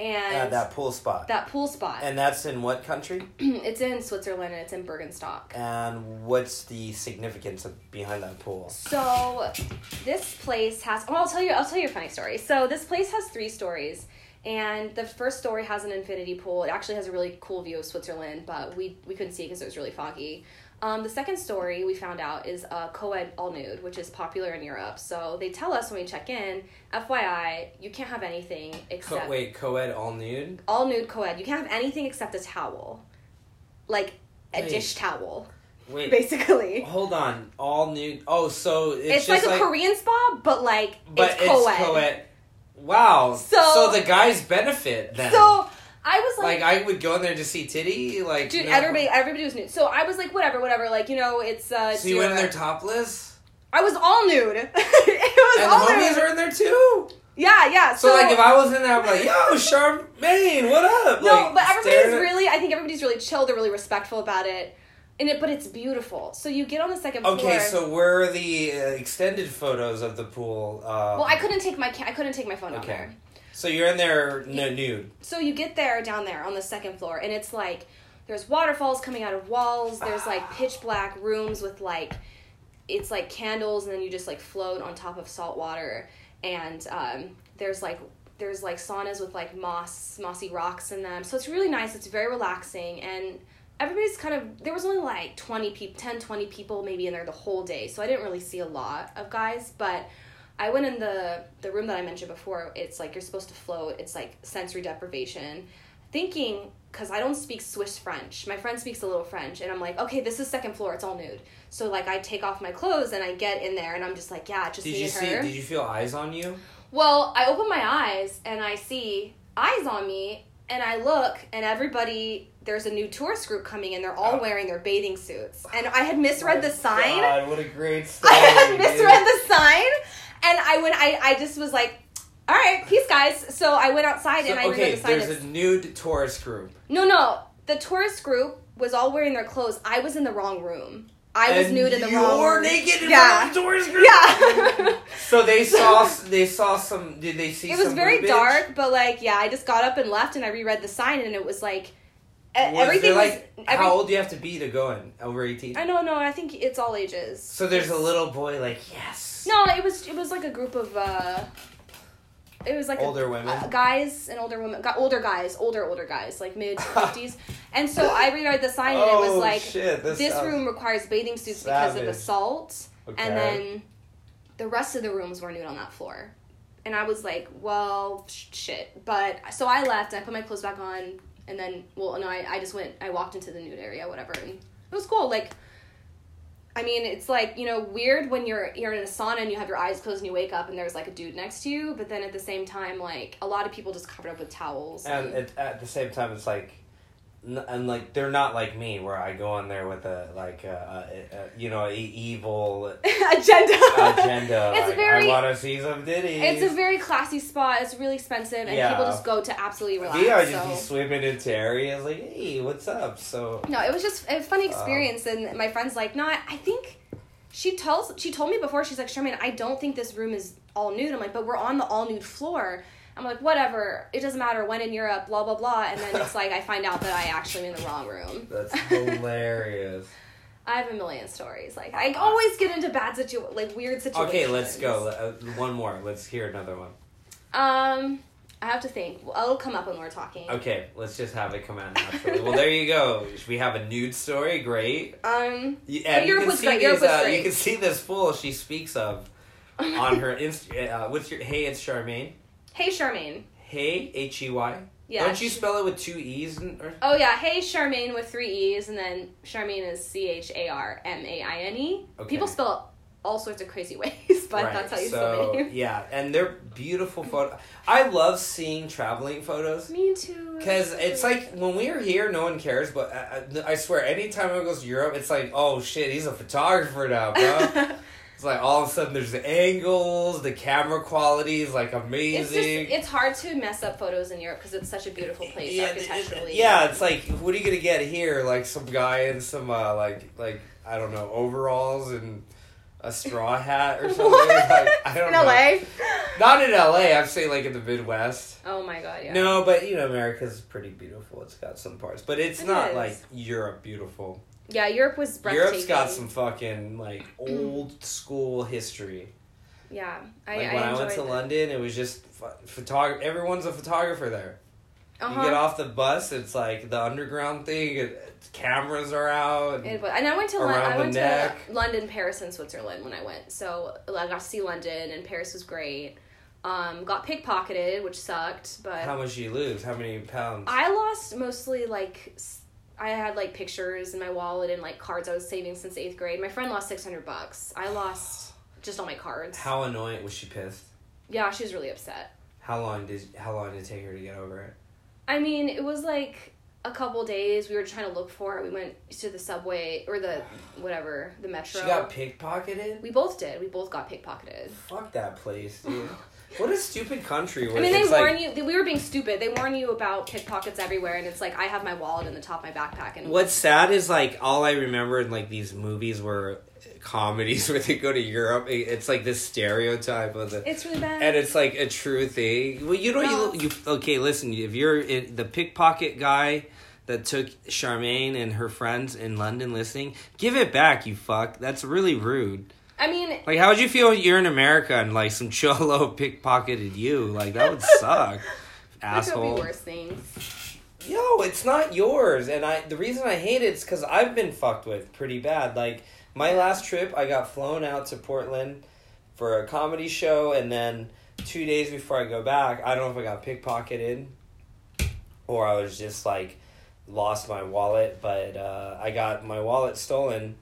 B: and
A: yeah, that pool spot.
B: that pool spot.
A: and that's in what country?
B: it's in Switzerland, and it's in Bergenstock.
A: And what's the significance of behind that pool?
B: So this place has. Oh, I'll tell you. I'll tell you a funny story. So this place has three stories, and the first story has an infinity pool. It actually has a really cool view of Switzerland, but we we couldn't see because it was really foggy. Um, the second story we found out is a co-ed all nude, which is popular in Europe. So they tell us when we check in, FYI, you can't have anything
A: Co-
B: except
A: wait, co-ed all nude?
B: all nude co-ed. You can't have anything except a towel, like a
A: Wait.
B: dish towel,
A: Wait,
B: basically.
A: hold on. All nude. Oh, so it's,
B: It's,
A: just
B: like a Korean spa, but like
A: But
B: it's co-ed.
A: co-ed. Wow.
B: So-
A: the guys benefit then.
B: So I was like,
A: Like I would go in there to see titty. Like
B: dude,
A: no.
B: everybody, everybody was nude. So I was like, whatever, whatever. Like you know, it's uh.
A: So you went in
B: zero.
A: there topless,
B: I was all nude. it was
A: and the
B: all
A: homies
B: nude.
A: are in there too.
B: yeah, yeah. So,
A: So, like if I was in there, I'd be like, "Yo, Charmaine, what up?"
B: no,
A: like,
B: but everybody's
A: staring at-
B: really. I think everybody's really chill. They're really respectful about it, and it. But it's beautiful. So you get on the second floor.
A: Okay, so where are the uh, extended photos of the pool? Um,
B: well, I couldn't take my ca- I couldn't take my phone out
A: Okay.
B: there.
A: So you're in there n- nude.
B: So you get there down there on the second floor, and it's like there's waterfalls coming out of walls. There's like pitch black rooms with like it's like candles, and then you just like float on top of salt water. And um, there's like there's like saunas with like moss mossy rocks in them. So it's really nice. It's very relaxing and. Everybody's kind of there was only like 20 people 10 20 people maybe in there the whole day so I didn't really see a lot of guys but I went in the the room that I mentioned before. It's like you're supposed to float. It's like sensory deprivation. Thinking because I don't speak Swiss French. My friend speaks a little French, and I'm like, okay, this is second floor. It's all nude. So like, I take off my clothes and I get in there, and I'm just like, yeah, just
A: Did
B: me
A: you
B: and
A: see?
B: her.
A: Did you feel eyes on you?
B: Well, I open my eyes and I see eyes on me, and I look, and everybody. There's a new tourist group coming in. They're all
A: Oh.
B: wearing their bathing suits, and I had misread the
A: Oh,
B: sign.
A: God, what a great story.
B: I had misread
A: dude.
B: the sign, and I went. I I just was like, "All right, peace, guys." So I went outside and I
A: So, okay,
B: read the sign.
A: there's
B: as-
A: a nude tourist group.
B: no, no, the tourist group was all wearing their clothes. I was in the wrong room. I was
A: And
B: nude in the
A: you
B: wrong.
A: were
B: room.
A: naked in
B: Yeah.
A: front of the tourist group.
B: Yeah.
A: So they saw. They saw some. Did they see?
B: it was
A: some
B: very
A: boobage?
B: dark, but like, yeah, I just got up and left, and I reread the sign, and it was like, e-
A: Was there,
B: everything
A: like,
B: was. Every,
A: how old do you have to be to go in? Over eighteen.
B: I don't know. I think it's all ages.
A: So there's a little boy like yes.
B: No, it was it was like a group of uh it was like a-
A: Older women?
B: uh, guys and older women, got older guys, older older guys, like mid fifties. and so I reread the sign and it was
A: Oh,
B: like
A: shit, this
B: this
A: sounds
B: room requires bathing suits because of
A: savage.
B: the salt,
A: Okay.
B: and then the rest of the rooms were nude on that floor. And I was like, well, sh- shit. But so I left. I put my clothes back on, and then well, no, I I just went. I walked into the nude area, whatever, and it was cool. Like I mean, it's like you know weird when you're you're in a sauna and you have your eyes closed and you wake up and there's like a dude next to you, but then at the same time, like a lot of people just covered up with towels.
A: And at, at the same time, it's like, n- and like they're not like me, where I go in there with a like a, a, a you know a evil
B: agenda.
A: agenda.
B: it's
A: like,
B: very.
A: I want to see some ditties.
B: it's a very classy spot. It's really expensive, and
A: Yeah.
B: people just go to absolutely relax.
A: Me, I just be
B: so-
A: swimming into areas like, hey, what's up? So
B: No, it was just a funny
A: Wow.
B: experience, and my friend's like, "No, I, I think." She tells she told me before she's like Sherman, I don't think this room is all nude. I'm like, but we're on the all nude floor. I'm like, whatever. It doesn't matter when in Europe, blah blah blah. And then it's like I find out that I actually am in the wrong room.
A: that's hilarious.
B: I have a million stories. Like I always get into bad situ like weird situations.
A: okay, let's go. Uh, one more. Let's hear another one.
B: Um, I have to think. Well, it'll come up when we're talking.
A: Okay, let's just have it come out naturally. well, there you go. We have a nude story. Great.
B: Um,
A: Y- And you
B: Europe
A: can
B: was
A: see
B: great,
A: these.
B: Europe was
A: uh,
B: great.
A: You can see this fool she speaks of on her inst. Uh, what's your? Hey, it's Charmaine.
B: hey Charmaine.
A: Hey, H E Y.
B: Yeah.
A: Don't you spell it with two e's? And, or,
B: Oh yeah, hey Charmaine with three E's, and then Charmaine is C H A R M A I N E.
A: Okay.
B: People spell it all sorts of crazy ways, but
A: Right,
B: that's how you
A: so,
B: spell my name.
A: Yeah, and they're beautiful photo. I love seeing traveling photos.
B: Me too.
A: Because it's like when we are here, no one cares. But I, I I swear, anytime I go to Europe, it's like, oh shit, he's a photographer now, bro. it's like all of a sudden there's the angles, the camera quality is like amazing.
B: it's just it's hard to mess up photos in Europe because it's such a beautiful place
A: yeah, it-
B: architecturally.
A: it- yeah, it's like what are you gonna get here? Like some guy in some uh, like like I don't know overalls and a straw hat or something.
B: What?
A: Like, I don't
B: in
A: know.
B: LA.
A: Not in L.A. I'm saying like in the Midwest.
B: Oh my god, yeah.
A: No, but you know America's pretty beautiful. It's got some parts, but it's
B: It
A: not
B: is.
A: like Europe beautiful.
B: Yeah, Europe was breathtaking.
A: Europe's got some fucking like old school history.
B: Yeah, I,
A: Like
B: I
A: when I,
B: enjoyed
A: went to
B: it.
A: London, it was just photog. Everyone's a photographer there.
B: Uh-huh.
A: You get off the bus, it's like the underground thing. It, it- cameras are out.
B: It was, and I went to Lon-
A: Around
B: I
A: the
B: went
A: neck.
B: to London, Paris, and Switzerland when I went. So like, I got to see London, and Paris was great. Um, got pickpocketed, which sucked, but
A: How much you lose? How many pounds?
B: I lost mostly like s- I had like pictures in my wallet and like cards I was saving since eighth grade. My friend lost six hundred bucks. I lost just all my cards.
A: How annoying was she? Pissed.
B: Yeah, she was really upset.
A: How long did How long did it take her to get over it?
B: I mean, it was like a couple days. We were trying to look for it. We went to the subway or the whatever the metro.
D: She got pickpocketed?
B: we both did. We both got pickpocketed.
D: Fuck that place, dude.
A: What a stupid country. Where
B: I mean, they
A: it's
B: warn
A: like,
B: you. We were being stupid. They warn you about pickpockets everywhere, and it's like I have my wallet in the top of my backpack. And
A: What's sad is like all I remember in like these movies were comedies where they go to Europe. it- It's like this stereotype of the.
B: It's really bad.
A: and it's like a true thing. Well, you know,
B: No.
A: you, you okay. Listen, if you're in, the pickpocket guy that took Charmaine and her friends in London listening, give it back, you fuck. That's really rude.
B: I mean,
A: Like, how would you feel if you're in America and like some cholo pickpocketed you? Like, that would suck,
B: there could be
A: asshole.
B: worse things.
A: Yo, it's not yours. And I the reason I hate it is because I've been fucked with pretty bad. Like my last trip, I got flown out to Portland for a comedy show, and then two days before I go back, I don't know if I got pickpocketed or I was just like lost my wallet, but uh, I got my wallet stolen,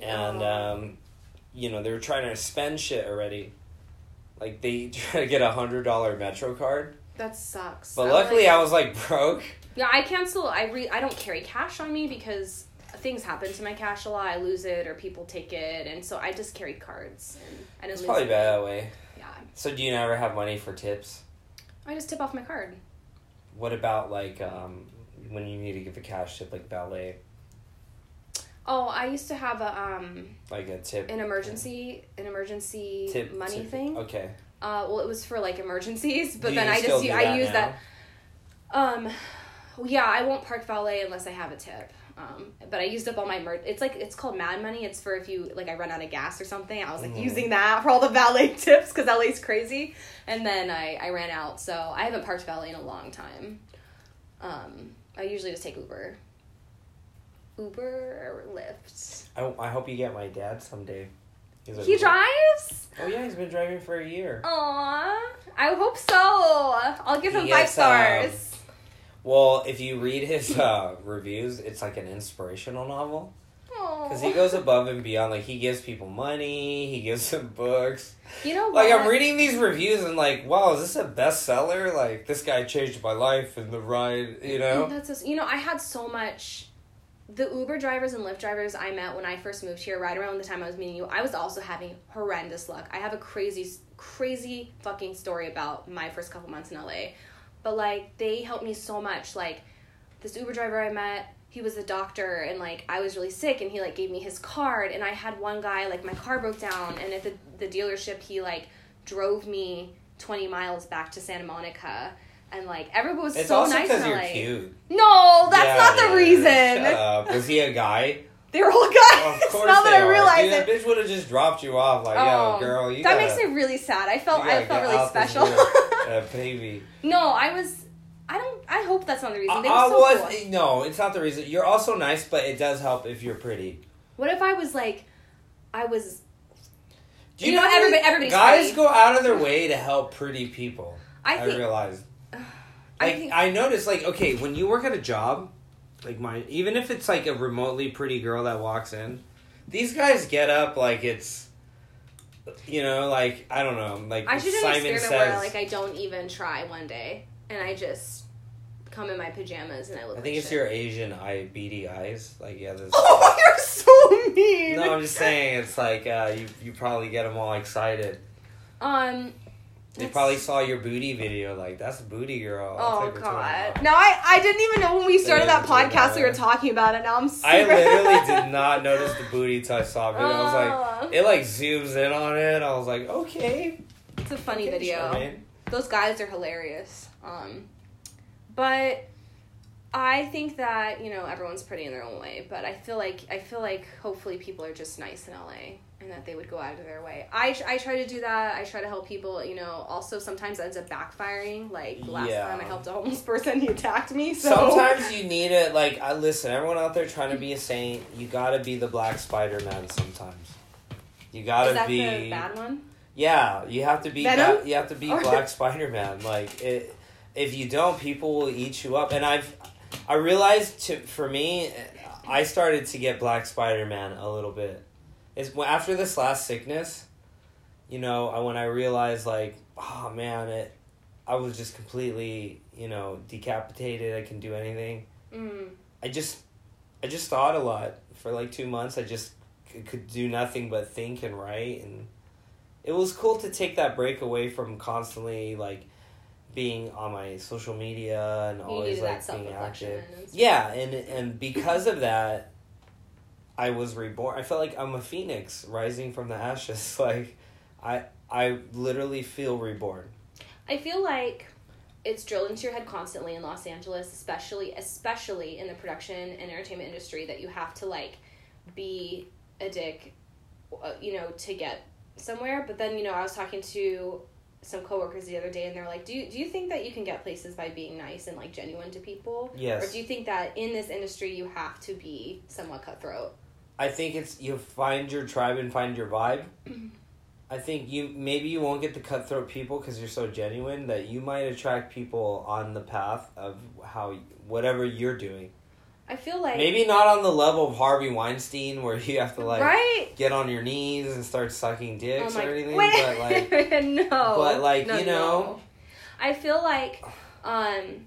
A: and um, you know they were trying to spend shit already. Like they try to get a hundred dollar Metro card,
B: that sucks.
A: but
B: I'm
A: luckily
B: like-
A: I was like broke.
B: Yeah, I cancel. I re. I don't carry cash on me because things happen to my cash a lot. I lose it or people take it, and so I just carry cards. And I didn't
A: It's
B: lose
A: probably
B: it.
A: bad that way.
B: Yeah,
A: So do you never have money for tips?
B: I just tip off my card.
A: What about like um, when you need to give a cash tip, like ballet,
B: Oh, I used to have a um
A: like a tip?
B: an emergency an emergency
A: tip
B: money
A: tip-
B: thing.
A: Okay,
B: Uh, well, it was for like emergencies, but
A: Do
B: then
A: you
B: I
A: still
B: just
A: do
B: u- I
A: that
B: use
A: now?
B: that. Um, yeah, I won't park valet unless I have a tip. Um, but I used up all my mer- it's like it's called Mad Money. It's for if you like I run out of gas or something. I was
A: Mm.
B: like using that for all the valet tips because valet's crazy. And then I I ran out, so I haven't parked valet in a long time. Um, I usually just take Uber. Uber or Lyft.
A: I, I hope you get my dad someday. He's a-
B: He drives.
A: Oh yeah, he's been driving for a year.
B: Aw, I hope so. I'll give him
A: He
B: five
A: gets, um,
B: stars.
A: Well, if you read his uh, reviews, it's like an inspirational novel because he goes above and beyond. Like he gives people money, he gives them books.
B: You know what?
A: Like I'm reading these reviews and like, wow, is this a bestseller? Like this guy changed my life in the ride, you know?
B: Oh, That's just, you know I had so much. The Uber drivers and Lyft drivers I met when I first moved here, right around the time I was meeting you, I was also having horrendous luck. I have a crazy, crazy fucking story about my first couple months in LA, but like they helped me so much. Like this Uber driver I met, he was a doctor, and like I was really sick, and he like gave me his card, and I had one guy like my car broke down, and at the the dealership he like drove me twenty miles back to Santa Monica, and like everyone was
A: It's
B: so
A: also
B: nice in
A: because
B: LA.
A: you're cute.
B: No, that's
A: Yeah,
B: not the
A: yeah, yeah. Shut
B: reason.
A: up. Was he a guy?
B: They were all guys.
A: Of course
B: now
A: they
B: that I
A: are.
B: realize
A: Dude,
B: it.
A: That bitch would have just dropped you off like,
B: Oh,
A: yo, girl, you
B: that
A: gotta,
B: makes me really sad. I
A: you
B: felt
A: gotta
B: I felt
A: get
B: really
A: out this
B: special.
A: little, uh, baby.
B: no, I was. I don't. I hope that's not the reason. They were
A: I, I
B: so
A: was
B: cool.
A: no, it's not the reason. You're also nice, but it does help if you're pretty.
B: What if I was like, I was.
A: Do
B: You know,
A: how many
B: everybody- everybody's
A: guys
B: pretty.
A: go out of their way to help pretty people.
B: I
A: I,
B: think.
A: realized.
B: I
A: Like
B: think-
A: I, noticed, like okay, when you work at a job, like mine, even if it's like a remotely pretty girl that walks in, these guys get up like it's, you know, like I don't know, like
B: I should do an
A: Simon
B: experiment
A: says,
B: where like I don't even try one day, and I just come in my pajamas and I look.
A: I think
B: like
A: it's
B: shit.
A: your Asian eye beady eyes, like yeah. This,
B: Oh, you're so mean.
A: no, I'm just saying it's like uh, you you probably get them all excited.
B: Um.
A: They
B: That's-
A: probably saw your booty video, like that's a booty girl. I'll
B: Oh
A: take her to my
B: god.
A: house."
B: No, I I didn't even know when we started
A: is
B: that
A: a little
B: podcast we were
A: bit.
B: talking about it. Now I'm super
A: I literally did not notice the booty till I saw it. I was like,
B: Oh,
A: It like zooms in on it. I was like, okay.
B: Oh, it's a funny
A: okay,
B: video.
A: Charmaine.
B: Those guys are hilarious. Um but I think that, you know, everyone's pretty in their own way, but I feel like I feel like hopefully people are just nice in LA and that they would go out of their way. I tr- I try to do that. I try to help people, you know, also sometimes ends up backfiring. Like last
A: Yeah.
B: time I helped a homeless person, he attacked me. So
A: Sometimes you need it. Like, I listen. Everyone out there trying to be a saint, you gotta be the Black Spider Man. Sometimes you gotta
B: is that
A: be.
B: the bad one?
A: Yeah, you have to be.
B: Venom?
A: Ba- you have to be
B: Or-
A: Black Spider Man. Like, it, if you don't, people will eat you up. And I've, I realized to for me, I started to get Black Spider Man a little bit. It's when- after this last sickness, you know, I- when I realized like, oh man, it, I was just completely, you know, decapitated. I can do anything.
B: Mm.
A: I just, I just thought a lot for like two months. I just c- could do nothing but think and write, and it was cool to take that break away from constantly like being on my social media and
B: You
A: always
B: needed that
A: like
B: self
A: being
B: reflection.
A: active. Yeah, and and because of that, I was reborn. I felt like I'm a phoenix rising from the ashes. Like, I I literally feel reborn.
B: I feel like it's drilled into your head constantly in Los Angeles, especially especially in the production and entertainment industry that you have to like be a dick, uh, you know, to get somewhere. But then you know, I was talking to some coworkers the other day, and they're like, "Do you, do you think that you can get places by being nice and like genuine to people,
A: Yes.
B: or do you think that in this industry you have to be somewhat cutthroat?"
A: I think it's you find your tribe and find your vibe. I think you maybe you won't get the cutthroat people because you're so genuine that you might attract people on the path of how whatever you're doing.
B: I feel like
A: Maybe not on the level of Harvey Weinstein where you have to like
B: right.
A: get on your knees and start sucking
B: Oh
A: dicks
B: my-
A: or anything,
B: wait,
A: but like
B: no.
A: but, like,
B: No,
A: you
B: no.
A: know.
B: I feel like, um,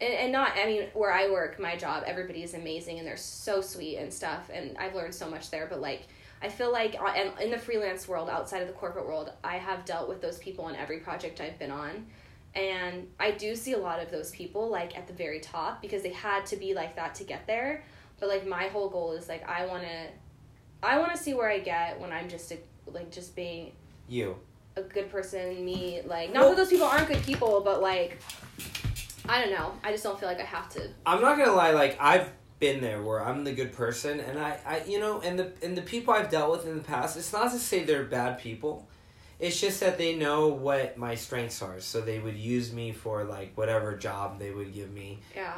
B: and, and not. I mean, where I work, my job, everybody is amazing and they're so sweet and stuff, and I've learned so much there. But like, I feel like, uh, and in the freelance world, outside of the corporate world, I have dealt with those people on every project I've been on. And I do see a lot of those people like at the very top because they had to be like that to get there. But like my whole goal is like I want to I want to see where I get when I'm just a, like just being
A: you.
B: a good person. Me like not
A: Well-
B: that those people aren't good people, but like I don't know. I just don't feel like I have to.
A: I'm not gonna lie, like I've been there where I'm the good person and I, I you know, and the and the people I've dealt with in the past, it's not to say they're bad people. It's just that they know what my strengths are, so they would use me for like whatever job they would give me.
B: Yeah,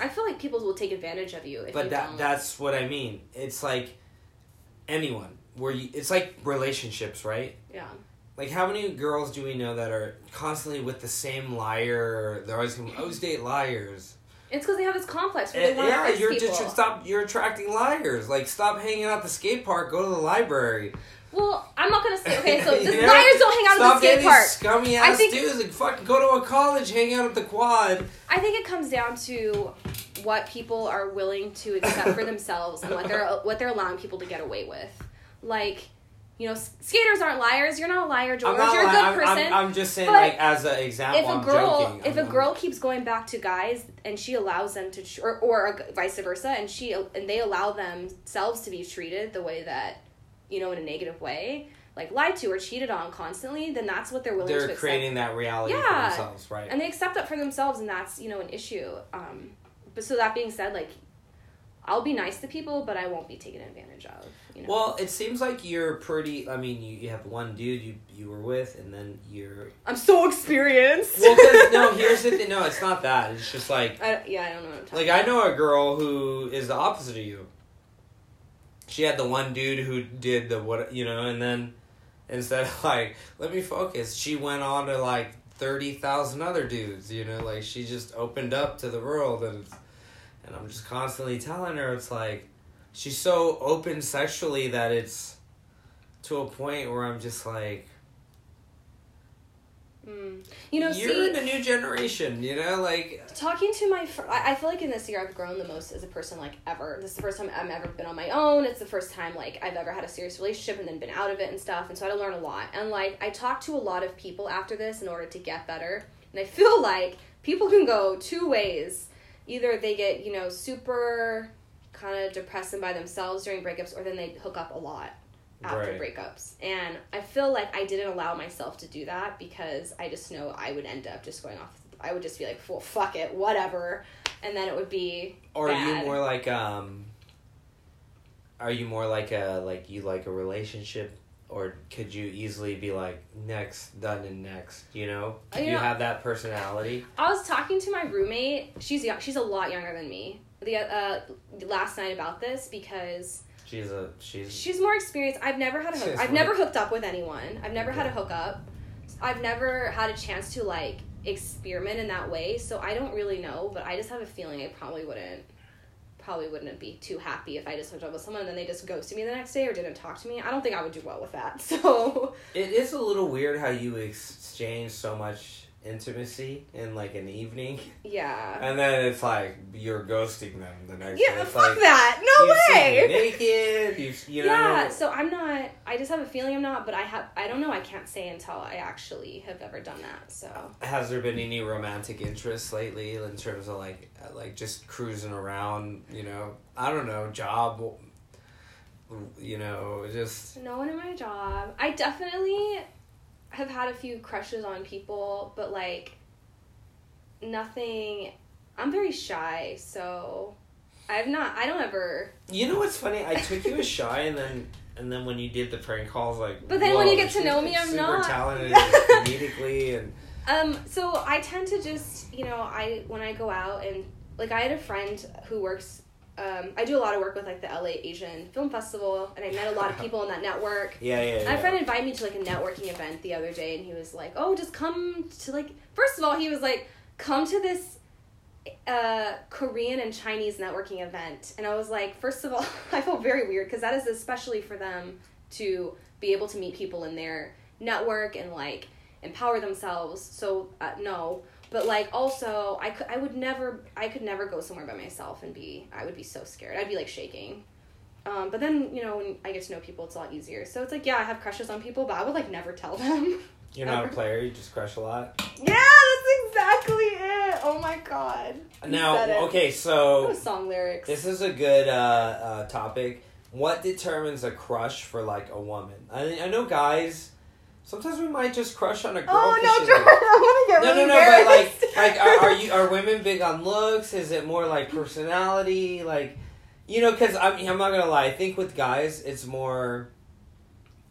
B: I feel like people will take advantage of you if you
A: but that
B: don't.
A: that's what I mean. It's like anyone where you it's like relationships, right?
B: yeah,
A: Like how many girls do we know that are constantly with the same liar? They're always going, always date liars.
B: it's because they have this complex where
A: Eh,
B: they want
A: yeah,
B: to fix
A: you're
B: people.
A: just stop. You're attracting liars. Like, stop hanging out at the skate park. Go to the library.
B: well, I'm not gonna say okay. So
A: You
B: just
A: know?
B: liars don't hang out at
A: Stop
B: the skate
A: getting
B: park.
A: these scummy
B: I
A: ass
B: think-
A: dudes. Like, fucking go to a college, hang out at the quad.
B: I think it comes down to what people are willing to accept for themselves and what they're what they're allowing people to get away with. Like, you know, s- skaters aren't liars. You're not a liar, George.
A: I'm not.
B: You're a
A: li-
B: good
A: I'm,
B: person.
A: I'm, I'm just saying,
B: but
A: like, as an example.
B: if a
A: I'm
B: girl
A: joking.
B: if a
A: I'm-
B: girl keeps going back to guys and she allows them to tr- or, or a g- vice versa and she and they allow themselves to be treated the way that you know in a negative way like lied to or cheated on constantly then that's what they're willing to
A: they're
B: accept
A: creating that reality
B: Yeah.
A: for themselves, right?
B: and they accept that for themselves and that's you know an issue um but so that being said like i'll be nice to people but i won't be taken advantage of you know
A: well, it seems like you're pretty. I mean, you, you have one dude you you were with, and then you're.
B: i'm so experienced
A: Well, 'cause- no, here's the thing. No, it's not that. It's just like
B: I, yeah i don't know what i'm talking
A: Like I know a girl who is the opposite of you. She had the one dude who did the what you know, and then instead of like let me focus, she went on to like thirty thousand other dudes. You know, like she just opened up to the world, and it's, and I'm just constantly telling her it's like she's so open sexually that it's to a point where I'm just like
B: mm. you know
A: you're
B: see,
A: in a new generation. You know, like
B: talking to my fr- I I feel like in this year I've grown the most as a person like ever. This is the first time I've ever been on my own. It's the first time like I've ever had a serious relationship and then been out of it and stuff. And so I had to learn a lot. And like I talked to a lot of people after this in order to get better. And I feel like people can go two ways. Either they get, you know, super kind of depressing by themselves during breakups or then they hook up a lot after
A: Right.
B: breakups. And I feel like I didn't allow myself to do that because I just know I would end up just going off. I would just be like, well, fuck it, whatever. And then it would be.
A: Or are you
B: bad.
A: more like um? Are you more like a like you like a relationship, or could you easily be like next done and next? You know,
B: You
A: you
B: know-
A: have that personality.
B: I was talking to my roommate. She's young, she's a lot younger than me. The uh, last night about this because
A: She's a she's.
B: she's more experienced. I've never had a hook.
A: She's
B: I've
A: right.
B: never hooked up with anyone. I've never had a hookup. I've never had a chance to like experiment in that way. So I don't really know, but I just have a feeling I probably wouldn't. probably wouldn't be too happy if I just hooked up with someone and then they just ghosted me the next day or didn't talk to me. I don't think I would do well with that. So
A: It is a little weird how you exchange so much intimacy in like an evening,
B: yeah,
A: and then it's like you're ghosting them the next. day.
B: Uh, yeah,
A: It's
B: fuck
A: like,
B: that. No
A: you've seen
B: way.
A: me naked. You've, you know.
B: Yeah, so I'm not. I just have a feeling I'm not, but I have. I don't know. I can't say until I actually have ever done that. So
A: Has there been any romantic interest lately in terms of like uh, like just cruising around? You know, I don't know, job. You know, just
B: no one in my job. I definitely have had a few crushes on people, but like nothing. I'm very shy, so I've not. I don't ever.
A: you know what's funny? I took you as shy, and then and then when you did the prank calls, like.
B: But then when
A: whoa,
B: you get to
A: she's
B: know me, I'm
A: super
B: not.
A: talented and comedically and.
B: Um, so I tend to just, you know, I when I go out and like I had a friend who works um, I do a lot of work with like the LA Asian Film Festival and I met a lot of people in that network.
A: Yeah, yeah, yeah.
B: My friend invited me to like a networking event the other day and he was like, "Oh, just come to like first of all, he was like, "Come to this uh, Korean and Chinese networking event." And I was like, first of all, I felt very weird cuz that is especially for them to be able to meet people in their network and like empower themselves. So uh, no, but like also I could I would never I could never go somewhere by myself and be I would be so scared. I'd be like shaking. Um, but then you know when I get to know people, it's a lot easier. So it's like yeah, I have crushes on people, but I would like never tell them.
A: You're not a
B: ever.
A: player. You just crush a lot.
B: yeah, that's exactly it. Oh my god. You said it.
A: Now, okay,
B: Those
A: so
B: Song lyrics.
A: Oh. this is a good uh, uh, topic. What determines a crush for like a woman? I mean, I know guys. Sometimes we might just crush on a girl.
B: oh
A: 'cause
B: no,
A: she's
B: Jordan!
A: like-
B: I want to get
A: no, no,
B: really
A: no. But like,
B: embarrassed.
A: like, are, are you are women big on looks? Is it more like personality? Like, you know, because I'm I'm not gonna lie. I think with guys, it's more.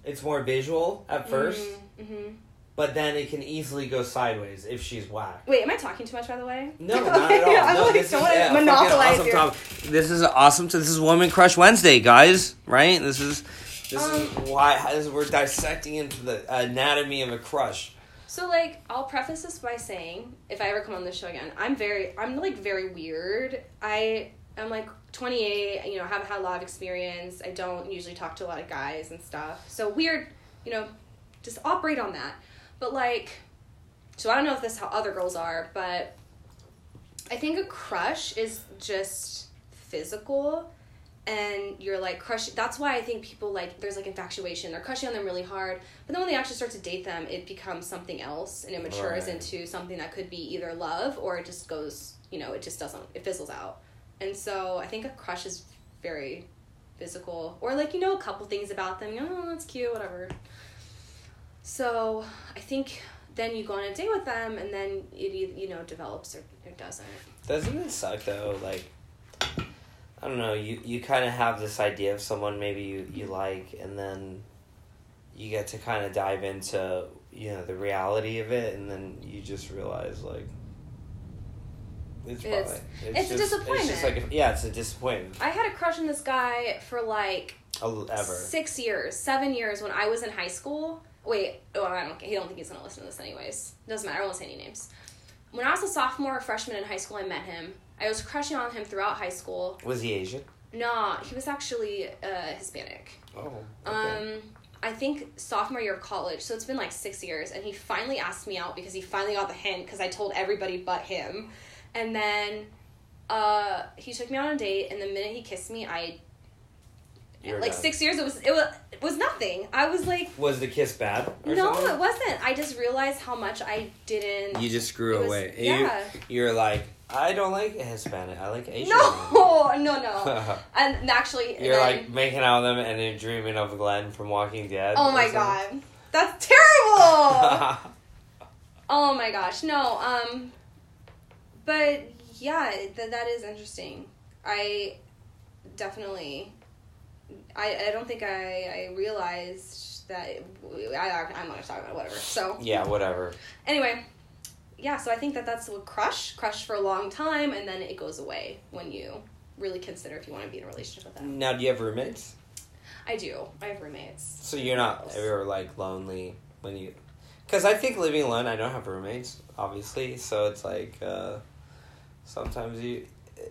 A: It's more visual at 1st
B: Mm-hmm.
A: but then it can easily go sideways if she's whack.
B: Wait, am I talking too much by the way?
A: No, not at all.
B: I'm
A: No,
B: like,
A: this
B: don't
A: is
B: wanna
A: a fucking
B: monopolize
A: awesome
B: your-
A: topic. This is awesome. This is Woman Crush Wednesday, guys. Right? This is this is
B: Um,
A: why how this, we're dissecting into the anatomy of a crush.
B: So like I'll preface this by saying if I ever come on this show again, I'm very I'm like very weird. I I'm like 28, you know, haven't had a lot of experience. I don't usually talk to a lot of guys and stuff. So weird, you know, just operate on that. But like so I don't know if this is how other girls are, but I think a crush is just physical and you're like crush that's why I think people like there's like infatuation. They're crushing on them really hard. But then when they actually start to date them, it becomes something else and it matures
A: Right.
B: into something that could be either love or it just goes, you know, it just doesn't it fizzles out. And so I think a crush is very physical or like you know a couple things about them, you know, oh, that's cute, whatever. So I think then you go on a date with them, and then it eith- you know develops or it doesn't.
A: Doesn't it suck though? Like I don't know. You you kind of have this idea of someone maybe you you like, and then you get to kind of dive into you know the reality of it, and then you just realize like. It's, probably,
B: It's- it's a
A: just- It's
B: disappointment.
A: just like a, yeah, it's a disappointment.
B: I had a crush on this guy for like
A: I'll- Ever.
B: six years, seven years when I was in high school. Wait, oh, I don't. He don't think he's gonna listen to this anyways. Doesn't matter. I won't say any names. When I was a sophomore or freshman in high school, I met him. I was crushing on him throughout high school.
A: Was he Asian?
B: Nah, he was actually uh, Hispanic.
A: Oh.
B: Um, I think sophomore year of college, so it's been like six years, and he finally asked me out because he finally got the hint because I told everybody but him, and then uh, he took me on a date, and the minute he kissed me, I like six years. It was it was it was nothing. I was like,
A: Was the kiss bad? or
B: no,
A: something?
B: it wasn't. I just realized how much I didn't.
A: You just screw
B: It was-
A: away.
B: yeah.
A: You, you're like, I don't like Hispanic. I like Asian.
B: no, no, no. and actually,
A: you're
B: then-
A: like making out with them and then dreaming of Glenn from Walking Dead.
B: oh
A: or
B: my
A: something.
B: god, that's terrible. Oh my gosh, no. Um, but yeah, th- that is interesting. I definitely, I, I don't think I, I realized that it, I, I'm not talking about it, whatever. So
A: yeah, whatever.
B: anyway, yeah. So I think that that's what crush, crush for a long time, and then it goes away when you really consider if you want to be in a relationship with them.
A: Now, do you have roommates?
B: I do. I have roommates.
A: So you're not ever like lonely when you. Because I think living alone, I don't have roommates, obviously. So it's like uh, sometimes you.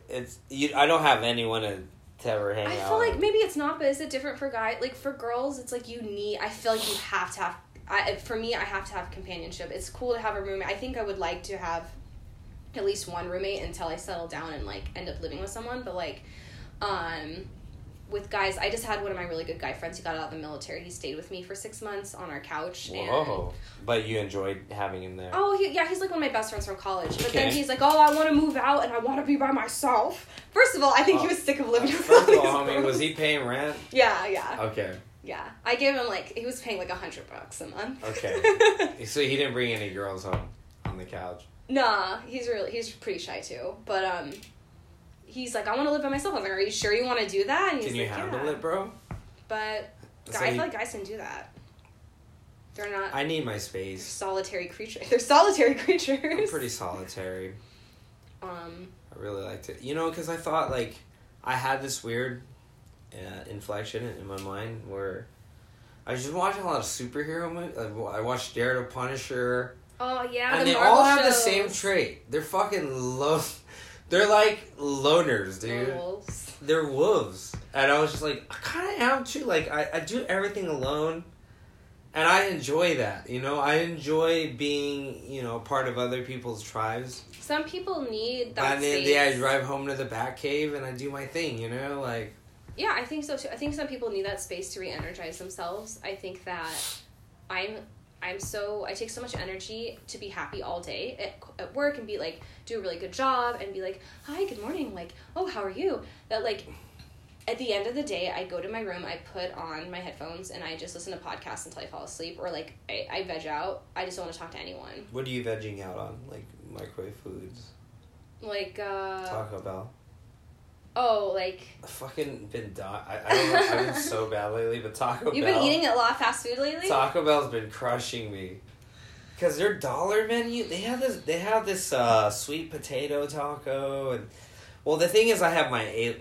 A: it's you. I don't have anyone to, to ever hang
B: I
A: out.
B: feel like
A: with.
B: maybe it's not, but is it different for guy? Like for girls, it's like you need. I feel like you have to have. I for me, I have to have companionship. It's cool to have a roommate. I think I would like to have at least one roommate until I settle down and like end up living with someone. But like, um, with guys, I just had one of my really good guy friends who got out of the military. He stayed with me for six months on our couch. And
A: Whoa! But you enjoyed having him there.
B: Oh, he, yeah, he's like one of my best friends from college. But then
A: Okay.
B: he's like, oh, I want to move out and I want to be by myself. First of all, I think he
A: Oh.
B: was sick of living with
A: First of
B: all
A: all,
B: these
A: homie, was
B: girls.
A: he paying rent?
B: Yeah, yeah,
A: Okay,
B: yeah. I gave him like he was paying like a hundred bucks a month.
A: Okay. so he didn't bring any girls home on the couch.
B: nah, he's really he's pretty shy too. But um, he's like, I want to live by myself. I'm like, Are you sure you want to do that? And he's
A: Can you
B: like,
A: handle
B: yeah.
A: it, bro?
B: But
A: So
B: guys, I
A: you-
B: feel like guys can do that. They're not
A: I need my space.
B: solitary creatures. They're solitary creatures.
A: I'm pretty solitary.
B: Um,
A: I really liked it. You know, because I thought like I had this weird uh, inflection in my mind where I was just watching a lot of superhero movies. I wa- I watched Daredevil, Punisher,
B: oh yeah,
A: and
B: the
A: they
B: Marvel
A: all have the
B: shows.
A: same trait. They're fucking low. They're like loners, dude.
B: Wolves.
A: they're wolves. And I was just like, I kind of am too. Like, I, I do everything alone. And I enjoy that. You know, I enjoy being, you know, part of other people's tribes.
B: Some people need that
A: and then
B: space.
A: yeah, I drive home to the Batcave and I do my thing, you know? Like,
B: Yeah, I think so too. I think some people need that space to re-energize themselves. I think that I'm I'm so I take so much energy to be happy all day at, at work and be like do a really good job and be like hi good morning like oh how are you that like at the end of the day I go to my room I put on my headphones and I just listen to podcasts until I fall asleep or like I, I veg out I just don't want to talk to anyone
A: what are you vegging out on? Like, microwave foods?
B: like uh
A: Taco Bell?
B: oh like
A: i fucking been di- I, I don't know. I've been so bad lately, but Taco
B: you've
A: Bell.
B: been eating a lot of fast food lately
A: Taco Bell's been crushing me. Cause their dollar menu, they have this, they have this uh, sweet potato taco, and well, the thing is, I have my A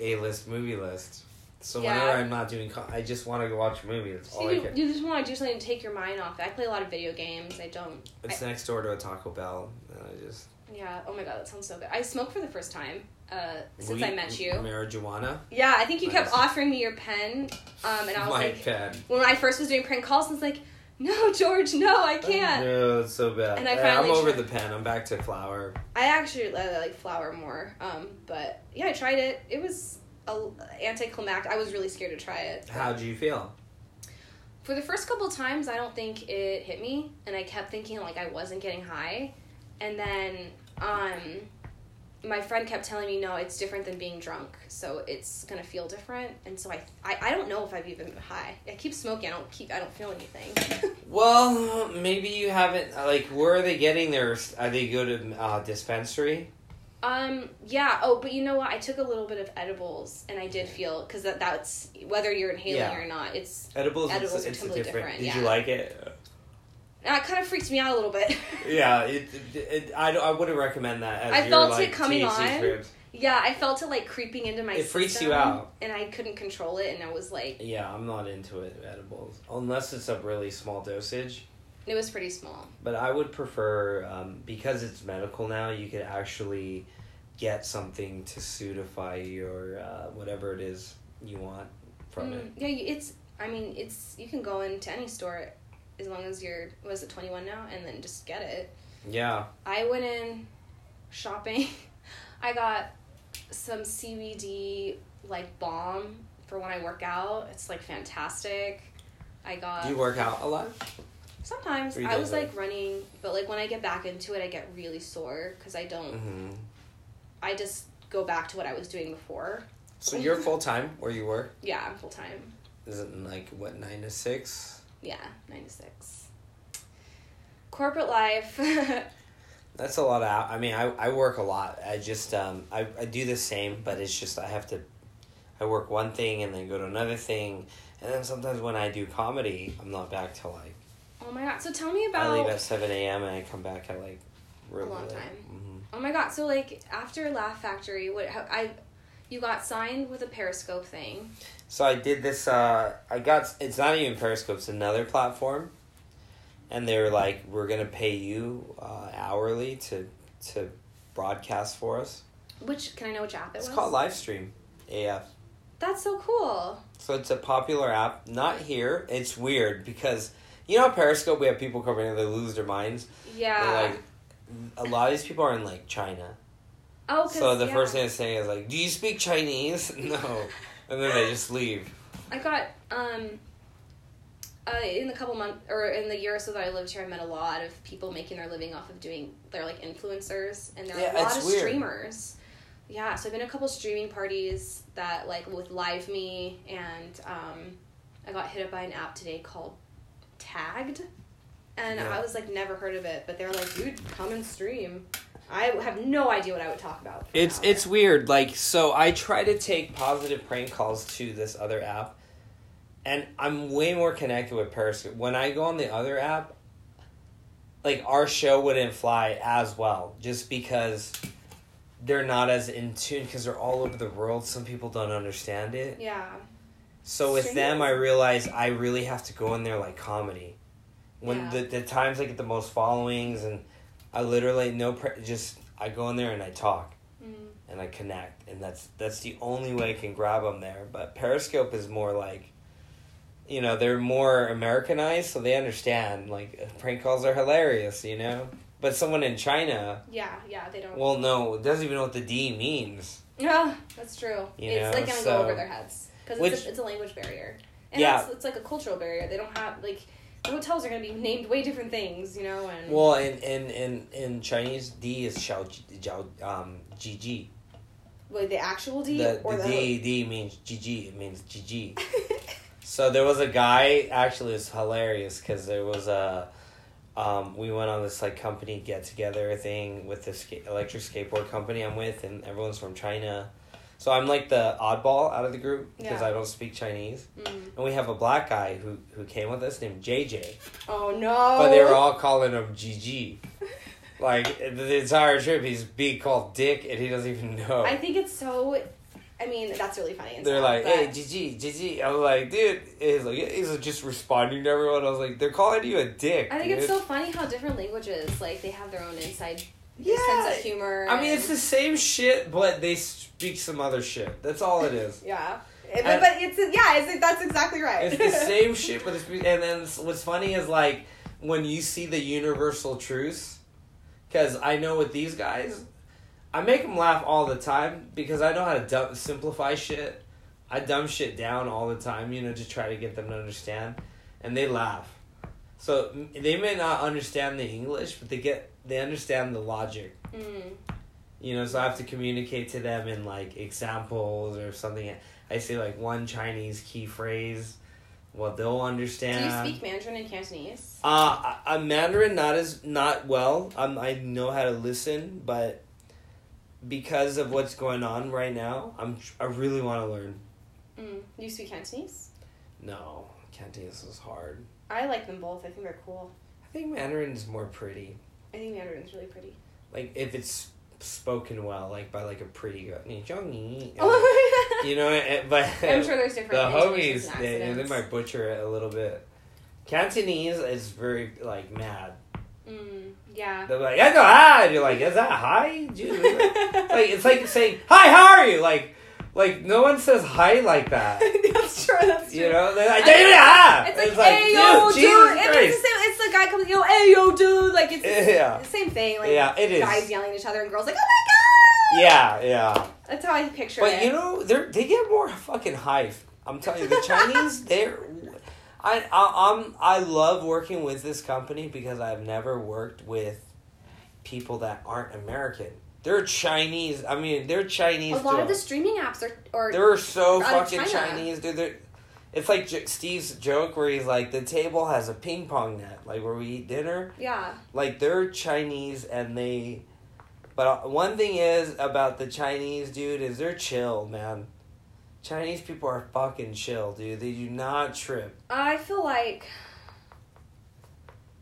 A: A list movie list, so
B: Yeah.
A: whenever I'm not doing, co- I just want to go watch a movie. That's all I
B: you,
A: can.
B: you just want to do something to take your mind off. I play a lot of video games. I don't.
A: It's next door to a Taco Bell, and I just
B: Yeah. Oh my god, that sounds so good. I smoked for the first time uh, since
A: weed-
B: I met you.
A: Marijuana,
B: Yeah, I think you kept
A: Nice.
B: offering me your pen, um, and I was
A: my
B: like,
A: pen.
B: when I first was doing prank calls, I was like, no, George, no, I can't.
A: No, it's so bad.
B: And I
A: Eh,
B: finally
A: I'm over
B: tri-
A: the pen. I'm back to flour.
B: I actually li- like flower more, um, but yeah, I tried it. It was a anticlimactic. I was really scared to try it.
A: How do you feel?
B: For the first couple times, I don't think it hit me, and I kept thinking like I wasn't getting high, and then um, my friend kept telling me no, it's different than being drunk, so it's gonna feel different, and so I I, I don't know if I've even been high. I keep smoking, I don't keep I don't feel anything.
A: Well, maybe you haven't. Like, where are they getting their? Are they go to uh, dispensary?
B: um yeah oh but you know what I took a little bit of edibles and I did feel because that that's whether you're inhaling
A: Yeah.
B: or not it's
A: Edibles, it's-
B: Edibles
A: it's,
B: are
A: a
B: totally
A: different.
B: different,
A: Did
B: yeah.
A: you like it?
B: that kind of freaks me out a little bit
A: Yeah, it, it, it- I, don't- I wouldn't recommend that. As
B: I
A: your,
B: felt it
A: like,
B: coming
A: THC
B: on.
A: trip.
B: Yeah, I felt it like creeping into my.
A: It freaks you
B: system,
A: out.
B: and I couldn't control it, and I was like, and
A: Yeah, I'm not into it. Edibles, unless it's a really small dosage.
B: it was pretty small.
A: But I would prefer um, because it's medical now. You could actually get something to suitify your uh, whatever it is you want from
B: Mm,
A: it.
B: Yeah, you- it's. I mean, it's. You can go into any store, as long as you're. Was it twenty one now? And then just get it.
A: Yeah,
B: I went in, shopping. I got some CBD like balm for when I work out. It's like fantastic. I got.
A: do you work out a lot?
B: Sometimes
A: Three
B: I
A: days
B: was
A: a
B: like running, but like when I get back into it, I get really sore because I don't.
A: Mm-hmm.
B: I just go back to what I was doing before.
A: So you're full time where you work.
B: Yeah, I'm full time.
A: Is it like what nine to six?
B: Yeah, ninety six. Corporate life. Oh
A: That's a lot of. hou- I mean, I, I work a lot. I just um I, I do the same, but it's just I have to. I work one thing and then go to another thing, and then sometimes when I do comedy, I'm not back till like
B: oh my god. So tell me
A: I leave
B: about.
A: at seven a.m. and I come back at like Mm-hmm. really
B: long
A: late.
B: time. Oh my god. So like after Laugh Factory, what how, I, you got signed with a Periscope thing.
A: So I did this. Uh, I got it's not even Periscope; it's another platform, and they were like, "We're gonna pay you uh, hourly to to broadcast for us."
B: Which can I know which app it
A: It's
B: was?
A: called Livestream AF.
B: That's so cool.
A: So it's a popular app. Not here. It's weird because you know Periscope. We have people coming in. They lose their minds. They're
B: Yeah.
A: like, a lot of these people are in like China.
B: oh, 'cause-
A: So the
B: yeah.
A: first thing they say is like, "Do you speak Chinese?" No, and then they just leave.
B: I got um uh, in the couple months or in the year or so that I lived here, I met a lot of people making their living off of doing. They're like influencers, and they're like
A: Yeah,
B: a lot
A: it's
B: of
A: weird.
B: streamers. Yeah, so I've been to a couple streaming parties that like with Live Me, and um, I got hit up by an app today called Tagged, and
A: Yeah.
B: I was like never heard of it, but they're like, dude, come and stream. I have no idea what I would talk about. for an
A: It's
B: hour.
A: it's weird. Like so, I try to take positive prank calls to this other app, and I'm way more connected with Periscope. When I go on the other app, like our show wouldn't fly as well, just because they're not as in tune because they're all over the world. Some people don't understand it.
B: yeah,
A: So with
B: Sure.
A: them, I realize I really have to go in there like comedy. When
B: Yeah.
A: the the times I get the most followings, and I literally no pre- just I go in there and I talk
B: Mm.
A: and I connect, and that's that's the only way I can grab them there. But Periscope is more like, you know, they're more Americanized, so they understand. Like prank calls are hilarious, you know. But someone in China
B: yeah, yeah. They don't.
A: will know doesn't even know what the D means.
B: Yeah, that's true.
A: You
B: it's
A: know,
B: like gonna
A: so-
B: go over their heads because
A: Which-
B: it's, a- it's a language barrier, and
A: Yeah.
B: it's, it's like a cultural barrier. They don't have like the hotels are gonna be named way different things, you know, and
A: Well, in in in, in Chinese, D is xiao, jiao, um, GG.
B: like the actual D
A: The,
B: or
A: the
B: the,
A: D D means GG. It means GG. So there was a guy. Actually, it's hilarious because there was a. Um, we went on this like company get together thing with this ska- electric skateboard company I'm with, and everyone's from China. So I'm like the oddball out of the group because
B: Yeah.
A: I don't speak Chinese,
B: Mm.
A: and we have a black guy who who came with us named JJ,
B: Oh no!
A: but they were all calling him GG. Like the entire trip, he's being called Dick, and he doesn't even know.
B: I think it's so. I mean, that's really funny. and
A: They're like,
B: stuff, but-
A: hey, GG, GG. I was like, dude, he's like, he's just responding to everyone. I was like, they're calling you a dick.
B: I think it's
A: dude.
B: so funny how different languages like they have their own inside
A: Yeah.
B: sense of humor.
A: I mean, it's
B: and-
A: the same shit, but they speak some other shit. That's all it is.
B: yeah, It- but,
A: And-
B: but it's yeah, it's, that's exactly right. Mm.
A: It's the same shit, but they speak. And then s- what's funny is like when you see the universal truths, because I know with these guys, I make them laugh all the time because I know how to dumb, simplify shit. I dumb shit down all the time, you know, to try to get them to understand, and they laugh. So m- they may not understand the English, but they get they understand the logic.
B: Mm.
A: You know, so I have to communicate to them in like examples or something. I say like one Chinese key phrase, what they'll
B: Do
A: understand.
B: you speak Mandarin and Cantonese?
A: Uh, I, am Mandarin not as not well. Um, I know how to listen, but because of what's going on right now, I'm tr- I really want to learn.
B: Mm. You speak Cantonese?
A: No, Cantonese is hard.
B: I like them both. I think they're cool.
A: I think Mandarin is more pretty.
B: I think Mandarin's really pretty.
A: Like if it's spoken well, like by like a pretty girl. you
B: Oh
A: know, eh, but
B: I'm sure there's different.
A: the
B: intonations
A: homies
B: and
A: they, they
B: accents.
A: might butcher it a little bit cantonese is very like mad
B: Mm, yeah.
A: they're like i go ah and you're like is that hi dude like it's like saying hi how are you like like no one says hi like that
B: that's true. That's true.
A: you know they're like, ah!
B: It's like, hey yo, dude. and It's the same. It's the guy comes, yo, hey yo, dude. Like it's the
A: Yeah.
B: same thing. Like
A: Yeah, it is.
B: guys yelling at each other and girls like, oh my god.
A: yeah yeah
B: That's how I picture it.
A: but you know they they get more fucking hype i'm telling you the chinese they're I, I I'm I love working with this company because I've never worked with people that aren't American. They're Chinese. I mean, they're Chinese.
B: a lot of
A: too.
B: the streaming apps are are
A: They're so
B: out of
A: fucking
B: China.
A: Chinese, dude. They're, it's like J- Steve's joke where he's like, the table has a ping pong net, like where we eat dinner
B: yeah.
A: like they're Chinese and they but uh, one thing is about the Chinese dude is they're chill, man. Chinese people are fucking chill, dude. They do not trip.
B: I feel like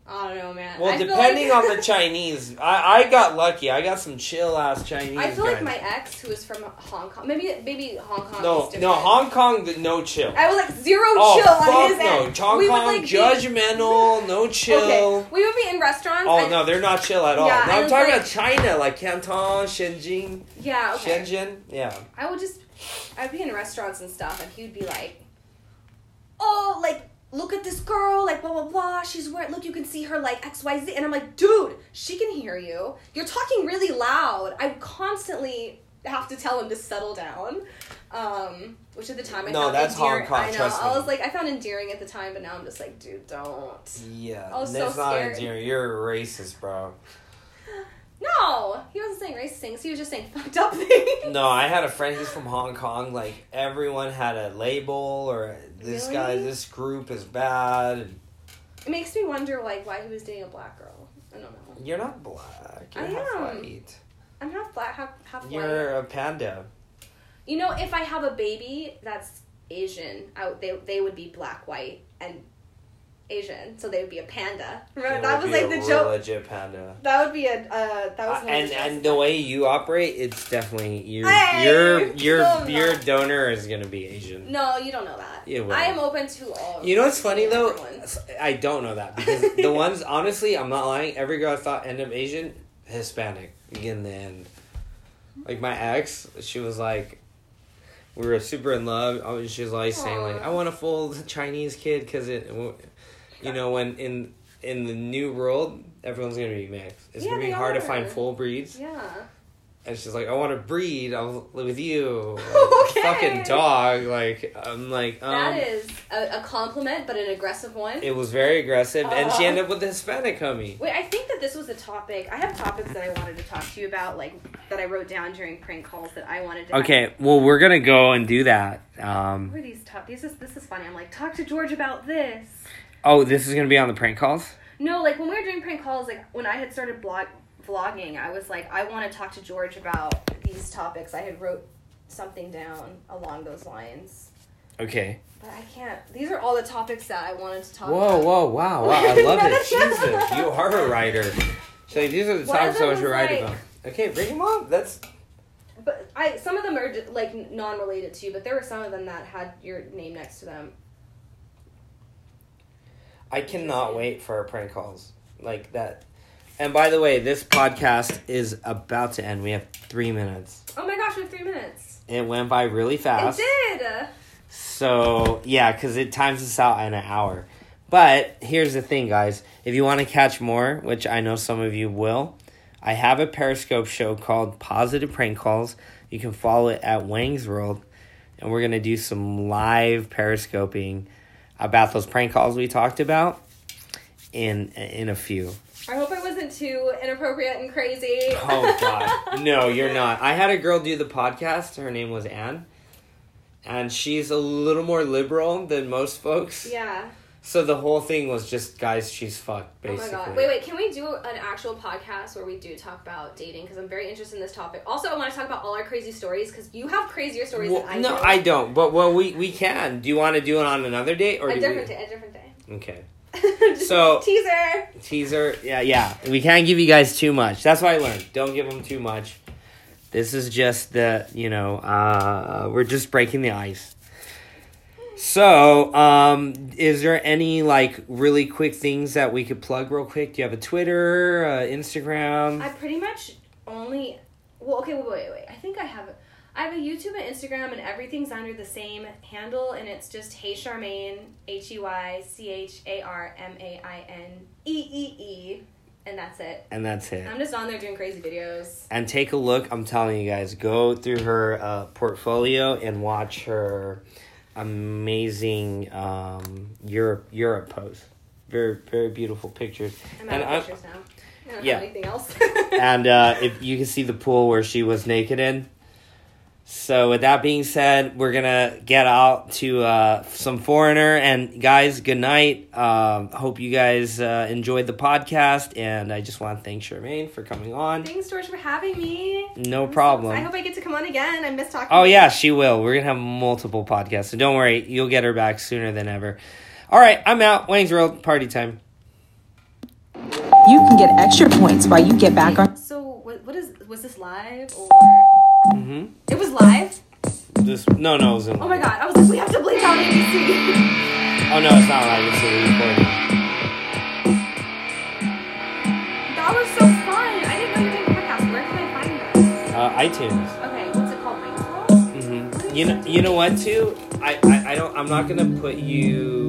B: I don't know, man.
A: Well,
B: I feel
A: depending
B: like-
A: on the Chinese, I, I got lucky. I got some chill ass Chinese.
B: I feel
A: guys.
B: like my ex, who was from Hong Kong, maybe maybe Hong Kong.
A: no,
B: is different.
A: no Hong Kong, th- no chill.
B: I was like zero
A: oh
B: chill
A: fuck
B: on his
A: no,
B: end.
A: Hong
B: we
A: Kong
B: would like Be,
A: judgmental, no chill.
B: Okay, we would be in restaurants.
A: Oh
B: and-
A: no, they're not chill at all.
B: Yeah,
A: no,
B: I
A: I'm
B: was
A: talking
B: like-
A: about China, like Canton, Shenzhen,
B: Yeah. Okay.
A: Shenzhen. Yeah,
B: I would just, I'd be in restaurants and stuff, and he'd be like, "Oh, like look at this girl, like blah blah blah. She's wearing, look, you can see her like X Y Z." And I'm like, "Dude, she can hear you. You're talking really loud." I constantly have to tell him to settle down, um, which at the time I
A: No,
B: found
A: that's Hong
B: endearing.
A: Kong,
B: I know.
A: trust
B: I
A: me.
B: was like, I found endearing at the time, but now I'm just like, dude, don't.
A: yeah.
B: I was so
A: that's not
B: scared.
A: endearing. You're a racist, bro.
B: No, he wasn't saying racist things. He was just saying fucked up things.
A: No, I had a friend. He's from Hong Kong. Like everyone had a label or this
B: Really?
A: guy, this group is bad. and
B: It makes me wonder, like, why he was dating a black girl. I don't know.
A: You're not black. You're
B: I
A: half
B: am.
A: white.
B: I'm half black, half half white.
A: You're a panda.
B: You know, if I have a baby that's Asian, I, would- they they would be black, white, and Asian, so they would be a panda. Remember
A: You
B: that
A: would
B: was
A: be
B: like
A: a
B: the
A: real
B: joke.
A: Legit panda.
B: That would be a uh, that was
A: Uh,
B: one of
A: and
B: the
A: and
B: jokes.
A: the way you operate, it's definitely your
B: Hey,
A: your your
B: no,
A: your
B: no.
A: donor is gonna be Asian.
B: No, you don't know that.
A: Yeah, well.
B: I am open to all.
A: You know what's funny though?
B: Everyone's.
A: I don't know that because the ones honestly, I'm not lying. Every girl I thought ended up Asian, Hispanic in the end. Like my ex, she was like, we were super in love. I was- She was always saying like,
B: Aw.
A: I want a full Chinese kid because it, you know, when in in the new world, everyone's gonna be mixed. It's
B: Yeah,
A: gonna be
B: they
A: hard to
B: are.
A: find full breeds.
B: Yeah.
A: And she's like, I want to breed. I'll live with you.
B: Okay.
A: Fucking dog. Like I'm like um.
B: that is a, a compliment, but an aggressive one.
A: It was very aggressive, and she
B: Aw.
A: ended up with a Hispanic homie.
B: Wait, I think that this was a topic. I have topics that I wanted to talk to you about, like that I wrote down during prank calls that I wanted to.
A: Okay, well, we're gonna go and do that. Um,
B: What are these top? This is this is funny. I'm like, talk to George about this.
A: oh, this is gonna be on the prank calls.
B: No, like when we were doing prank calls, like when I had started blog vlogging, I was like, I want to talk to George about these topics. I had wrote something down along those lines,
A: Okay.
B: but I can't. These are all the topics that I wanted to talk.
A: Whoa,
B: about.
A: whoa, wow, wow! I love it. Jesus, you are a writer. So these are the
B: One of
A: topics I
B: them
A: was to
B: was
A: write
B: like-
A: about. Okay, bring him up. That's
B: But I some of them are ju- like n- non-related to you, but there were some of them that had your name next to them.
A: I cannot wait for our prank calls like that. And by the way, this podcast is about to end. We have three minutes.
B: Oh my gosh, we have three minutes.
A: It went by really fast.
B: It did.
A: So yeah, because it times us out in an hour. But here's the thing, guys. If you want to catch more, which I know some of you will, I have a Periscope show called Positive Prank Calls. You can follow it at Wang's World, and we're gonna do some live periscoping about those prank calls we talked about in in a few.
B: I hope I wasn't too inappropriate and crazy.
A: Oh God, no, you're not. I had a girl do the podcast. Her name was Anne, and she's a little more liberal than most folks.
B: yeah.
A: So the whole thing was just guys, she's fucked, basically.
B: Oh my god. Wait, wait. Can we do an actual podcast where we do talk about dating? Because I'm very interested in this topic. Also, I want to talk about all our crazy stories because you have crazier stories
A: Well,
B: than I
A: no,
B: do.
A: I don't. But well, we we can. Do you want to do it on another date or
B: A
A: do
B: different
A: we...
B: day. A different day.
A: Okay,
B: Just
A: So-
B: teaser.
A: teaser. Yeah, yeah. We can't give you guys too much. That's what I learned. Don't give them too much. This is just the you know uh, we're just breaking the ice. So, um, is there any like really quick things that we could plug real quick? Do you have a Twitter, uh, Instagram?
B: I pretty much only. Well, okay. Wait, wait, wait. I think I have. I have a YouTube and Instagram, and everything's under the same handle, and it's just Hey Charmaine, H E Y C H A R M A I N E E E, and that's it.
A: and that's it.
B: I'm just on there doing crazy videos.
A: and take a look. I'm telling you guys, go through her uh, portfolio and watch her amazing um, Europe Europe post. Very very beautiful pictures.
B: I'm out
A: And I-
B: of pictures now. I don't
A: Yeah.
B: have anything else.
A: And uh, if you can see the pool where she was naked in. So with that being said, we're gonna get out to uh, some foreigner and guys. Good night. Um, hope you guys uh, enjoyed the podcast, and I just want to thank Charmaine for coming on.
B: Thanks, George, for having me.
A: No
B: I'm so-
A: problem.
B: I hope I get to come on again. I miss talking.
A: Oh
B: to you.
A: yeah, she will. We're gonna have multiple podcasts, so don't worry, you'll get her back sooner than ever. All right, I'm out. Wang's World, party time.
E: you can get extra points while you get back on.
B: So what, what is was this live or
A: Mm-hmm.
B: it was live?
A: This no no it was in.
B: Oh my god! I was like, we have to bleep out ABC.
A: Oh no, it's not live. It's a recording.
B: that was so fun. I didn't know you were doing podcasts. Where can I find
A: Uh, iTunes.
B: this?
A: Mm-hmm.
B: Okay, what's it called? Wings Club?
A: hmm You know you know what too. I, I I don't. I'm not gonna put you.
B: Oh,